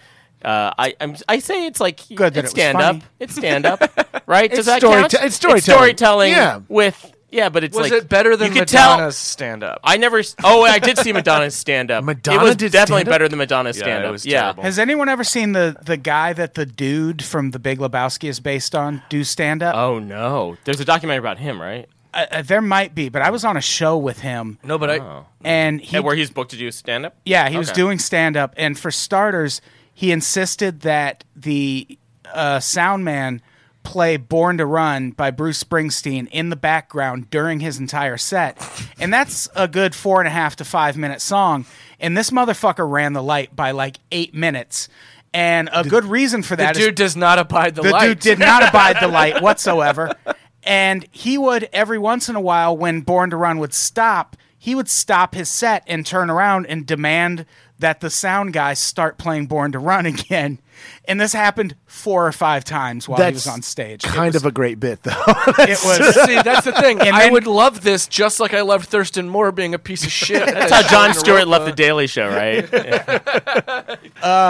Speaker 5: uh, I I'm, I say it's like
Speaker 2: Good that it was
Speaker 5: it's stand up,
Speaker 2: funny.
Speaker 5: it's stand up, right? Does
Speaker 3: It's
Speaker 5: that
Speaker 3: story-
Speaker 5: count?
Speaker 3: it's storytelling.
Speaker 5: storytelling
Speaker 3: Yeah.
Speaker 5: with Yeah, but it's
Speaker 4: Was
Speaker 5: like
Speaker 4: it better than
Speaker 5: you could
Speaker 4: Madonna's
Speaker 5: Tell,
Speaker 4: stand up?
Speaker 5: I never. s- Oh, I did see Madonna's stand up.
Speaker 3: Madonna
Speaker 5: it was
Speaker 3: did
Speaker 5: definitely
Speaker 3: stand-up?
Speaker 5: better than Madonna's
Speaker 4: Yeah, it
Speaker 5: stand up.
Speaker 4: was
Speaker 5: yeah,
Speaker 4: terrible.
Speaker 2: Has anyone ever seen the the guy that the dude from The Big Lebowski is based on do stand up?
Speaker 5: Oh no, there's a documentary about him, right?
Speaker 2: Uh, uh, there might be, but I was on a show with him,
Speaker 4: No, but
Speaker 5: Oh.
Speaker 2: and he
Speaker 5: And where he's booked to do stand up.
Speaker 2: Yeah, he was
Speaker 5: Okay.
Speaker 2: doing stand up. And for starters, he insisted that the uh, sound man play Born to Run by Bruce Springsteen in the background during his entire set. And that's a good four and a half to five minute song. And this motherfucker ran the light by like eight minutes. And a good reason for
Speaker 4: I,
Speaker 2: that
Speaker 4: the
Speaker 2: is
Speaker 4: dude does not abide the,
Speaker 2: the
Speaker 4: light.
Speaker 2: dude did not abide the light whatsoever. And he would every once in a while, when Born to Run would stop, he would stop his set and turn around and demand that the sound guy start playing Born to Run again. And this happened four or five times while he was on stage. It
Speaker 3: Kind
Speaker 2: was-
Speaker 3: of a great bit, though.
Speaker 2: it was.
Speaker 4: See, that's the thing.
Speaker 2: And
Speaker 4: I
Speaker 2: then-
Speaker 4: would love this just like I loved Thurston Moore being a piece of shit.
Speaker 5: That's how John Stewart left the Daily Show, right? Yeah.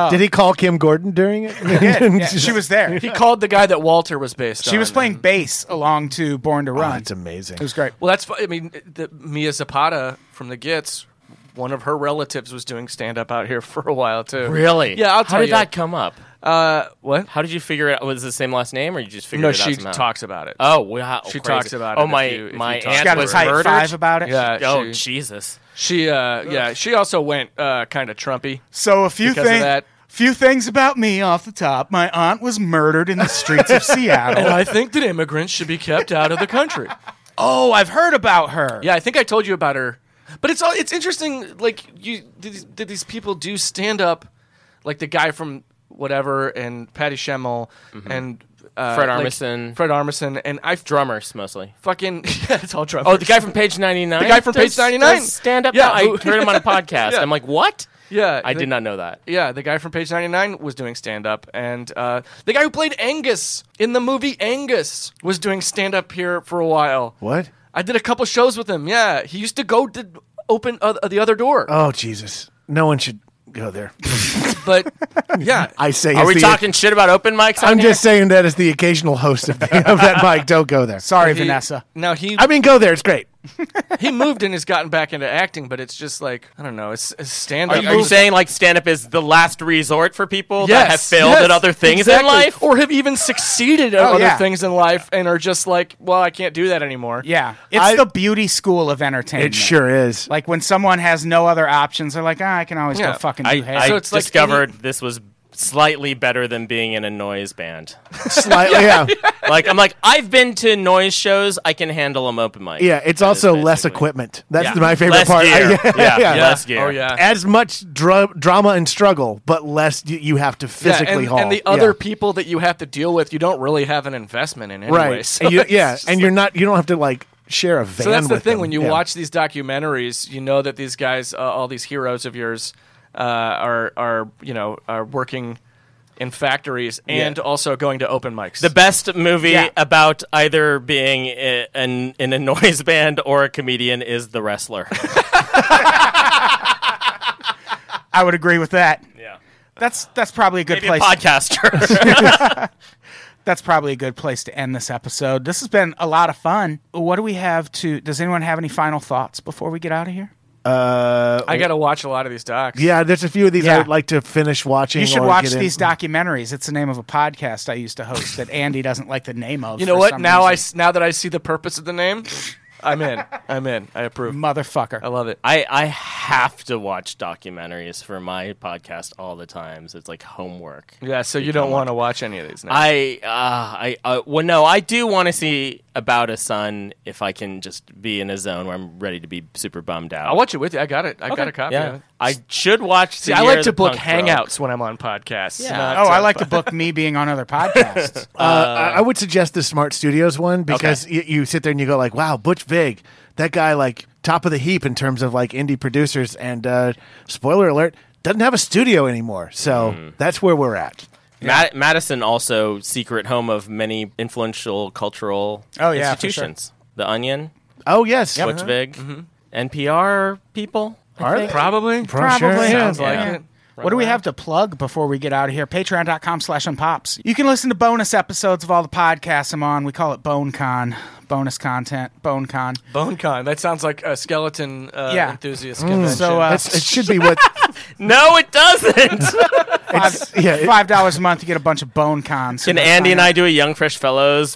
Speaker 3: Did he call Kim Gordon during it?
Speaker 2: Yeah, yeah, she was there.
Speaker 4: He called the guy that Walter was based on.
Speaker 2: She was playing bass along to Born to Run.
Speaker 3: Oh, That's amazing.
Speaker 2: it was great.
Speaker 4: Well, that's. fu- I mean, the, Mia Zapata from the Gits. One of her relatives was doing stand up out here for a while too.
Speaker 5: really?
Speaker 4: Yeah, I'll
Speaker 5: How
Speaker 4: tell
Speaker 5: did
Speaker 4: you.
Speaker 5: that come up?
Speaker 4: Uh, what?
Speaker 5: How did you figure it out? Was it the same last name, or you just figured
Speaker 4: No,
Speaker 5: it out?
Speaker 4: she
Speaker 5: somehow?
Speaker 4: talks about it.
Speaker 5: Oh, wow.
Speaker 4: She
Speaker 5: crazy.
Speaker 4: talks about it
Speaker 5: Oh,
Speaker 4: if
Speaker 5: my,
Speaker 4: you- if you
Speaker 5: my
Speaker 4: talk
Speaker 5: aunt
Speaker 4: to
Speaker 2: Got a
Speaker 5: was
Speaker 2: tight
Speaker 5: murdered.
Speaker 2: five about it.
Speaker 4: yeah.
Speaker 5: oh,
Speaker 4: she,
Speaker 5: Jesus.
Speaker 4: she, uh, yeah. She also went uh, kind of Trumpy.
Speaker 2: So a few
Speaker 4: Because of
Speaker 2: things.
Speaker 4: that.
Speaker 2: Few things about me off the top. My aunt was murdered in the streets of Seattle.
Speaker 5: Oh.
Speaker 4: And I think that immigrants should be kept out of the country.
Speaker 2: Oh, I've heard about her.
Speaker 4: Yeah, I think I told you about her. But it's all it's interesting. Like you, did these, did these people do stand up? Like the guy from whatever and Patty Schemmel and uh,
Speaker 5: Mm-hmm. Fred
Speaker 4: like,
Speaker 5: Armisen.
Speaker 4: Fred Armisen, and I
Speaker 5: Drummers, mostly.
Speaker 4: fucking yeah, it's all Trump.
Speaker 5: Oh, the guy from Page 99?
Speaker 4: The guy from Page
Speaker 5: does-
Speaker 4: 99?
Speaker 5: does Stand up.
Speaker 4: Yeah,
Speaker 5: Yeah, I
Speaker 4: who-
Speaker 5: heard him on a podcast.
Speaker 4: Yeah.
Speaker 5: I'm like, what?
Speaker 4: yeah,
Speaker 5: I
Speaker 4: the-
Speaker 5: did not know that.
Speaker 4: Yeah, the guy from Page 99 was doing stand up, and uh, the guy who played Angus in the movie Angus was doing stand up here for a while.
Speaker 3: What?
Speaker 4: I did a couple shows with him. Yeah, he used to go to open uh, the other door,
Speaker 3: Oh, Jesus. No one should go there.
Speaker 4: but yeah,
Speaker 3: I say.
Speaker 5: Are
Speaker 3: it's
Speaker 5: we
Speaker 3: the-
Speaker 5: talking shit about open mics? on
Speaker 3: I'm
Speaker 5: here?
Speaker 3: just saying that as the occasional host of, the, of that mic. Don't go there.
Speaker 2: Sorry,
Speaker 4: He-
Speaker 2: Vanessa.
Speaker 4: Now he
Speaker 3: I mean, go there. It's great.
Speaker 4: he moved and has gotten back into acting, but it's just like I don't know. It's, it's stand up.
Speaker 5: Are you, are you saying like stand up is the last resort for people that
Speaker 4: yes,
Speaker 5: have failed
Speaker 4: yes,
Speaker 5: at other things
Speaker 4: exactly.
Speaker 5: in life?
Speaker 4: or have even succeeded at
Speaker 2: Oh,
Speaker 4: other
Speaker 2: yeah.
Speaker 4: things in life, and are just like, well, I can't do that anymore.
Speaker 2: Yeah, it's
Speaker 3: I-
Speaker 2: the beauty school of entertainment.
Speaker 3: It sure is.
Speaker 2: Like when someone has no other options, they're like, ah, I can always
Speaker 4: Yeah.
Speaker 2: go fucking do
Speaker 5: I,
Speaker 2: hair.
Speaker 5: I
Speaker 4: So it's like
Speaker 5: discovered this was slightly better than being in a noise band.
Speaker 3: Slightly. yeah.
Speaker 5: like I'm like I've been to noise shows. I can handle them open mic.
Speaker 3: Yeah. It's
Speaker 5: That
Speaker 3: also
Speaker 5: is
Speaker 3: less
Speaker 5: basically-
Speaker 3: equipment. That's
Speaker 5: Yeah.
Speaker 3: my favorite
Speaker 5: Less
Speaker 3: part. I-
Speaker 5: gear. Yeah, less gear.
Speaker 4: Oh yeah.
Speaker 3: As much dra- drama and struggle, but less you, you have to physically
Speaker 4: yeah, and,
Speaker 3: haul.
Speaker 4: and the
Speaker 3: Yeah.
Speaker 4: other people that you have to deal with, you don't really have an investment in anyway.
Speaker 3: right?
Speaker 4: So
Speaker 3: and you,
Speaker 4: it's
Speaker 3: yeah,
Speaker 4: just
Speaker 3: and you're not. You don't have to like share a van.
Speaker 4: So that's the
Speaker 3: with
Speaker 4: thing.
Speaker 3: them.
Speaker 4: When you
Speaker 3: Yeah.
Speaker 4: watch these documentaries, you know that these guys, uh, all these heroes of yours, uh, are are you know are working in factories and also going to open mics.
Speaker 5: The best movie
Speaker 2: Yeah.
Speaker 5: about either being i- an, in a noise band or a comedian is The Wrestler.
Speaker 2: I would agree with that.
Speaker 5: yeah.
Speaker 2: That's that's probably a good
Speaker 5: Maybe a
Speaker 2: place.
Speaker 5: podcaster.
Speaker 2: that's probably a good place to end this episode. This has been a lot of fun. What do we have to? Does anyone have any final thoughts before we get out of here?
Speaker 4: I got to watch a lot of these docs.
Speaker 3: yeah, there's a few of these
Speaker 2: Yeah.
Speaker 3: I would like to finish watching.
Speaker 2: You should
Speaker 3: or
Speaker 2: watch
Speaker 3: get in.
Speaker 2: these documentaries. It's the name of a podcast I used to host that Andy doesn't like the name of.
Speaker 4: You know
Speaker 2: for
Speaker 4: what?
Speaker 2: some
Speaker 4: Now I
Speaker 2: reason.
Speaker 4: s- now that I see the purpose of the name, I'm in. I'm in. I approve.
Speaker 2: motherfucker.
Speaker 4: I love it.
Speaker 5: I, I have to watch documentaries for my podcast all the times. it's like homework.
Speaker 4: Yeah. So you don't want to watch any of these now.
Speaker 5: I uh, I uh, well no, I do want to see about a son if I can just be in a zone where I'm ready to be super bummed out.
Speaker 4: I'll watch it with you. I got it. I got a copy. Of
Speaker 5: Yeah,
Speaker 4: it.
Speaker 5: I should watch.
Speaker 4: See, I like to book hangouts when I'm on podcasts.
Speaker 5: Yeah.
Speaker 4: not,
Speaker 2: oh, I
Speaker 4: uh,
Speaker 2: like to book me being on other podcasts.
Speaker 3: Uh, I- I would suggest the Smart Studios one because y- you sit there and you go like, "Wow, Butch Vig, that guy like top of the heap in terms of like indie producers." And uh, spoiler alert, doesn't have a studio anymore, so that's where we're at.
Speaker 5: Mad- Madison also secret home of many influential cultural
Speaker 2: Oh, yeah, for
Speaker 5: institutions. The Onion,
Speaker 3: Oh yes,
Speaker 4: Uh-huh.
Speaker 5: Butch Vig,
Speaker 4: Mm-hmm.
Speaker 5: NPR people. I
Speaker 3: Are
Speaker 5: think.
Speaker 3: they?
Speaker 4: probably.
Speaker 3: Pro- sure,
Speaker 2: Probably.
Speaker 3: yeah.
Speaker 4: Sounds like
Speaker 5: Yeah.
Speaker 4: it.
Speaker 2: What do we have to plug before we get out of here? Patreon.com slash unpops. You can listen to bonus episodes of all the podcasts I'm on. We call it BoneCon. bonus content, BoneCon.
Speaker 4: BoneCon. That sounds like a skeleton uh,
Speaker 2: Yeah.
Speaker 4: enthusiast convention.
Speaker 2: So uh,
Speaker 3: That's, it should be what.
Speaker 5: No, it doesn't.
Speaker 2: five,
Speaker 3: yeah, it-
Speaker 2: five dollars a month, you get a bunch of bone cons.
Speaker 5: Can Andy and I do a Young Fresh Fellows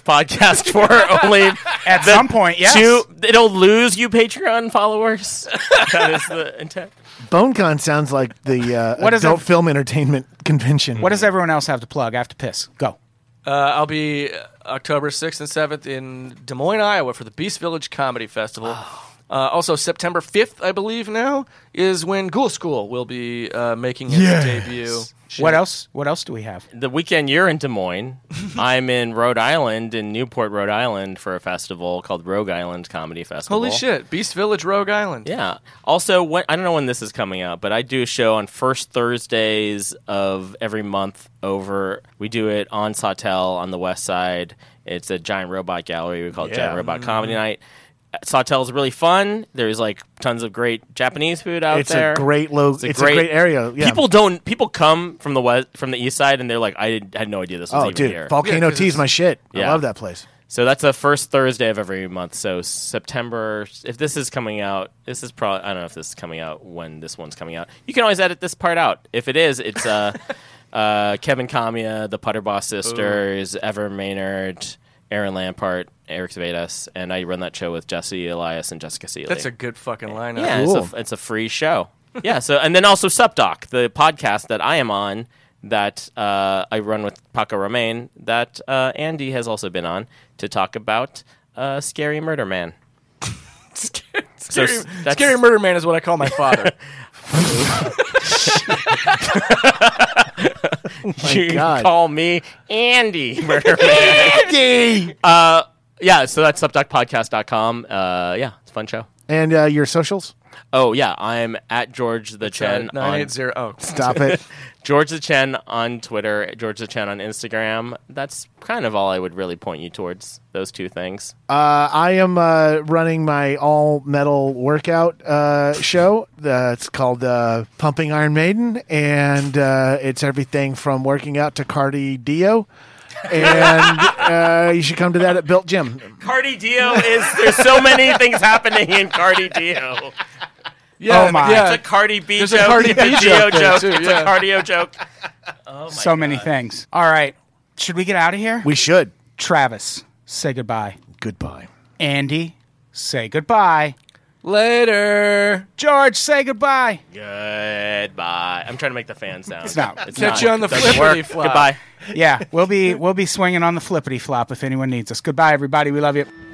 Speaker 5: podcast for only
Speaker 2: at some point? Yes.
Speaker 5: two? It'll lose you Patreon followers. that is the intent.
Speaker 3: BoneCon sounds like the uh,
Speaker 2: What is
Speaker 3: adult
Speaker 2: it?
Speaker 3: film entertainment convention.
Speaker 2: What does everyone else have to plug? I have to piss. Go.
Speaker 4: Uh, I'll be October 6th and 7th in Des Moines, Iowa for the Beast Village Comedy Festival. Uh, also, September 5th, I believe now, is when Ghoul School will be uh, making its debut.
Speaker 2: What else? What else do we have?
Speaker 5: The weekend you're in Des Moines, I'm in Rhode Island, in Newport, Rhode Island, for a festival called Rogue Island Comedy Festival.
Speaker 4: Holy shit. Beast Village, Rogue Island.
Speaker 5: Yeah. Also, when, I don't know when this is coming out, but I do a show on first Thursdays of every month. Over we do it on Sawtell on the West Side. It's a giant robot gallery. We call it Giant Robot Comedy Night. Sawtell is really fun. There's like tons of great Japanese food out
Speaker 3: It's
Speaker 5: there.
Speaker 3: a great lo- It's, a, great, area. Yeah.
Speaker 5: People don't. People come from the west, from the east side, and they're like, I did- had no idea this was
Speaker 3: oh,
Speaker 5: even
Speaker 3: dude,
Speaker 5: here.
Speaker 3: Volcano
Speaker 4: Yeah, 'cause
Speaker 3: Tea's
Speaker 4: it's-
Speaker 3: my shit. I
Speaker 5: Yeah.
Speaker 3: love that place.
Speaker 5: So that's the first Thursday of every month. So September, if this is coming out, this is probably I don't know if this is coming out when this one's coming out. You can always edit this part out. If it is, it's uh, uh, Kevin Kamia, the Putter Boss Sisters, Ever Maynard, Aaron Lampart, Eric Zvedas, and I run that show with Jesse Elias and Jessica Seeley.
Speaker 4: That's a good fucking lineup.
Speaker 5: yeah,
Speaker 3: Cool.
Speaker 5: it's, a, it's a free show. yeah. So and then also Subdoc, the podcast that I am on that uh, I run with Paco Romaine, that uh, Andy has also been on to talk about uh, Scary Murder Man.
Speaker 4: scary,
Speaker 5: So s-
Speaker 4: scary-
Speaker 5: that's-
Speaker 4: scary Murder Man is what I call my father.
Speaker 5: you
Speaker 3: God.
Speaker 5: call me Andy Murder Man.
Speaker 3: Andy!
Speaker 5: yeah. So that's subdocpodcast.com. Uh, yeah, it's a fun show.
Speaker 3: And uh, your socials?
Speaker 5: Oh yeah, I'm at George the Chen
Speaker 4: Uh,
Speaker 5: on
Speaker 4: 980. Oh.
Speaker 3: Stop it.
Speaker 5: George the Chen on Twitter, George the Chen on Instagram. That's kind of all I would really point you towards those two things.
Speaker 3: Uh, I am uh, running my all metal workout uh, show. Uh, it's called uh, Pumping Iron Maiden, and uh, it's everything from working out to cardio. And uh, you should come to that at Built Gym.
Speaker 5: Cardi Dio is there's so many things happening in Cardi Dio.
Speaker 4: Yeah,
Speaker 2: Oh my.
Speaker 4: Yeah.
Speaker 5: It's a Cardi B
Speaker 4: There's a
Speaker 5: joke.
Speaker 4: Cardi
Speaker 5: it's a
Speaker 4: B
Speaker 5: Dio
Speaker 4: joke there,
Speaker 5: joke.
Speaker 4: too,
Speaker 5: it's
Speaker 4: yeah.
Speaker 5: a cardio joke.
Speaker 2: so many things. All right. Should we get out of here?
Speaker 3: We should.
Speaker 2: Travis, say goodbye.
Speaker 3: Goodbye.
Speaker 2: Andy, say goodbye.
Speaker 4: Later.
Speaker 2: George, say goodbye.
Speaker 5: Goodbye. I'm trying to make the fan sound. It's
Speaker 2: not.
Speaker 5: It's
Speaker 4: Catch you on the
Speaker 5: Doesn't
Speaker 4: flippity
Speaker 5: work.
Speaker 4: flop.
Speaker 5: Goodbye.
Speaker 2: Yeah, we'll be we'll be swinging on the flippity flop if anyone needs us. Goodbye, everybody. We love you.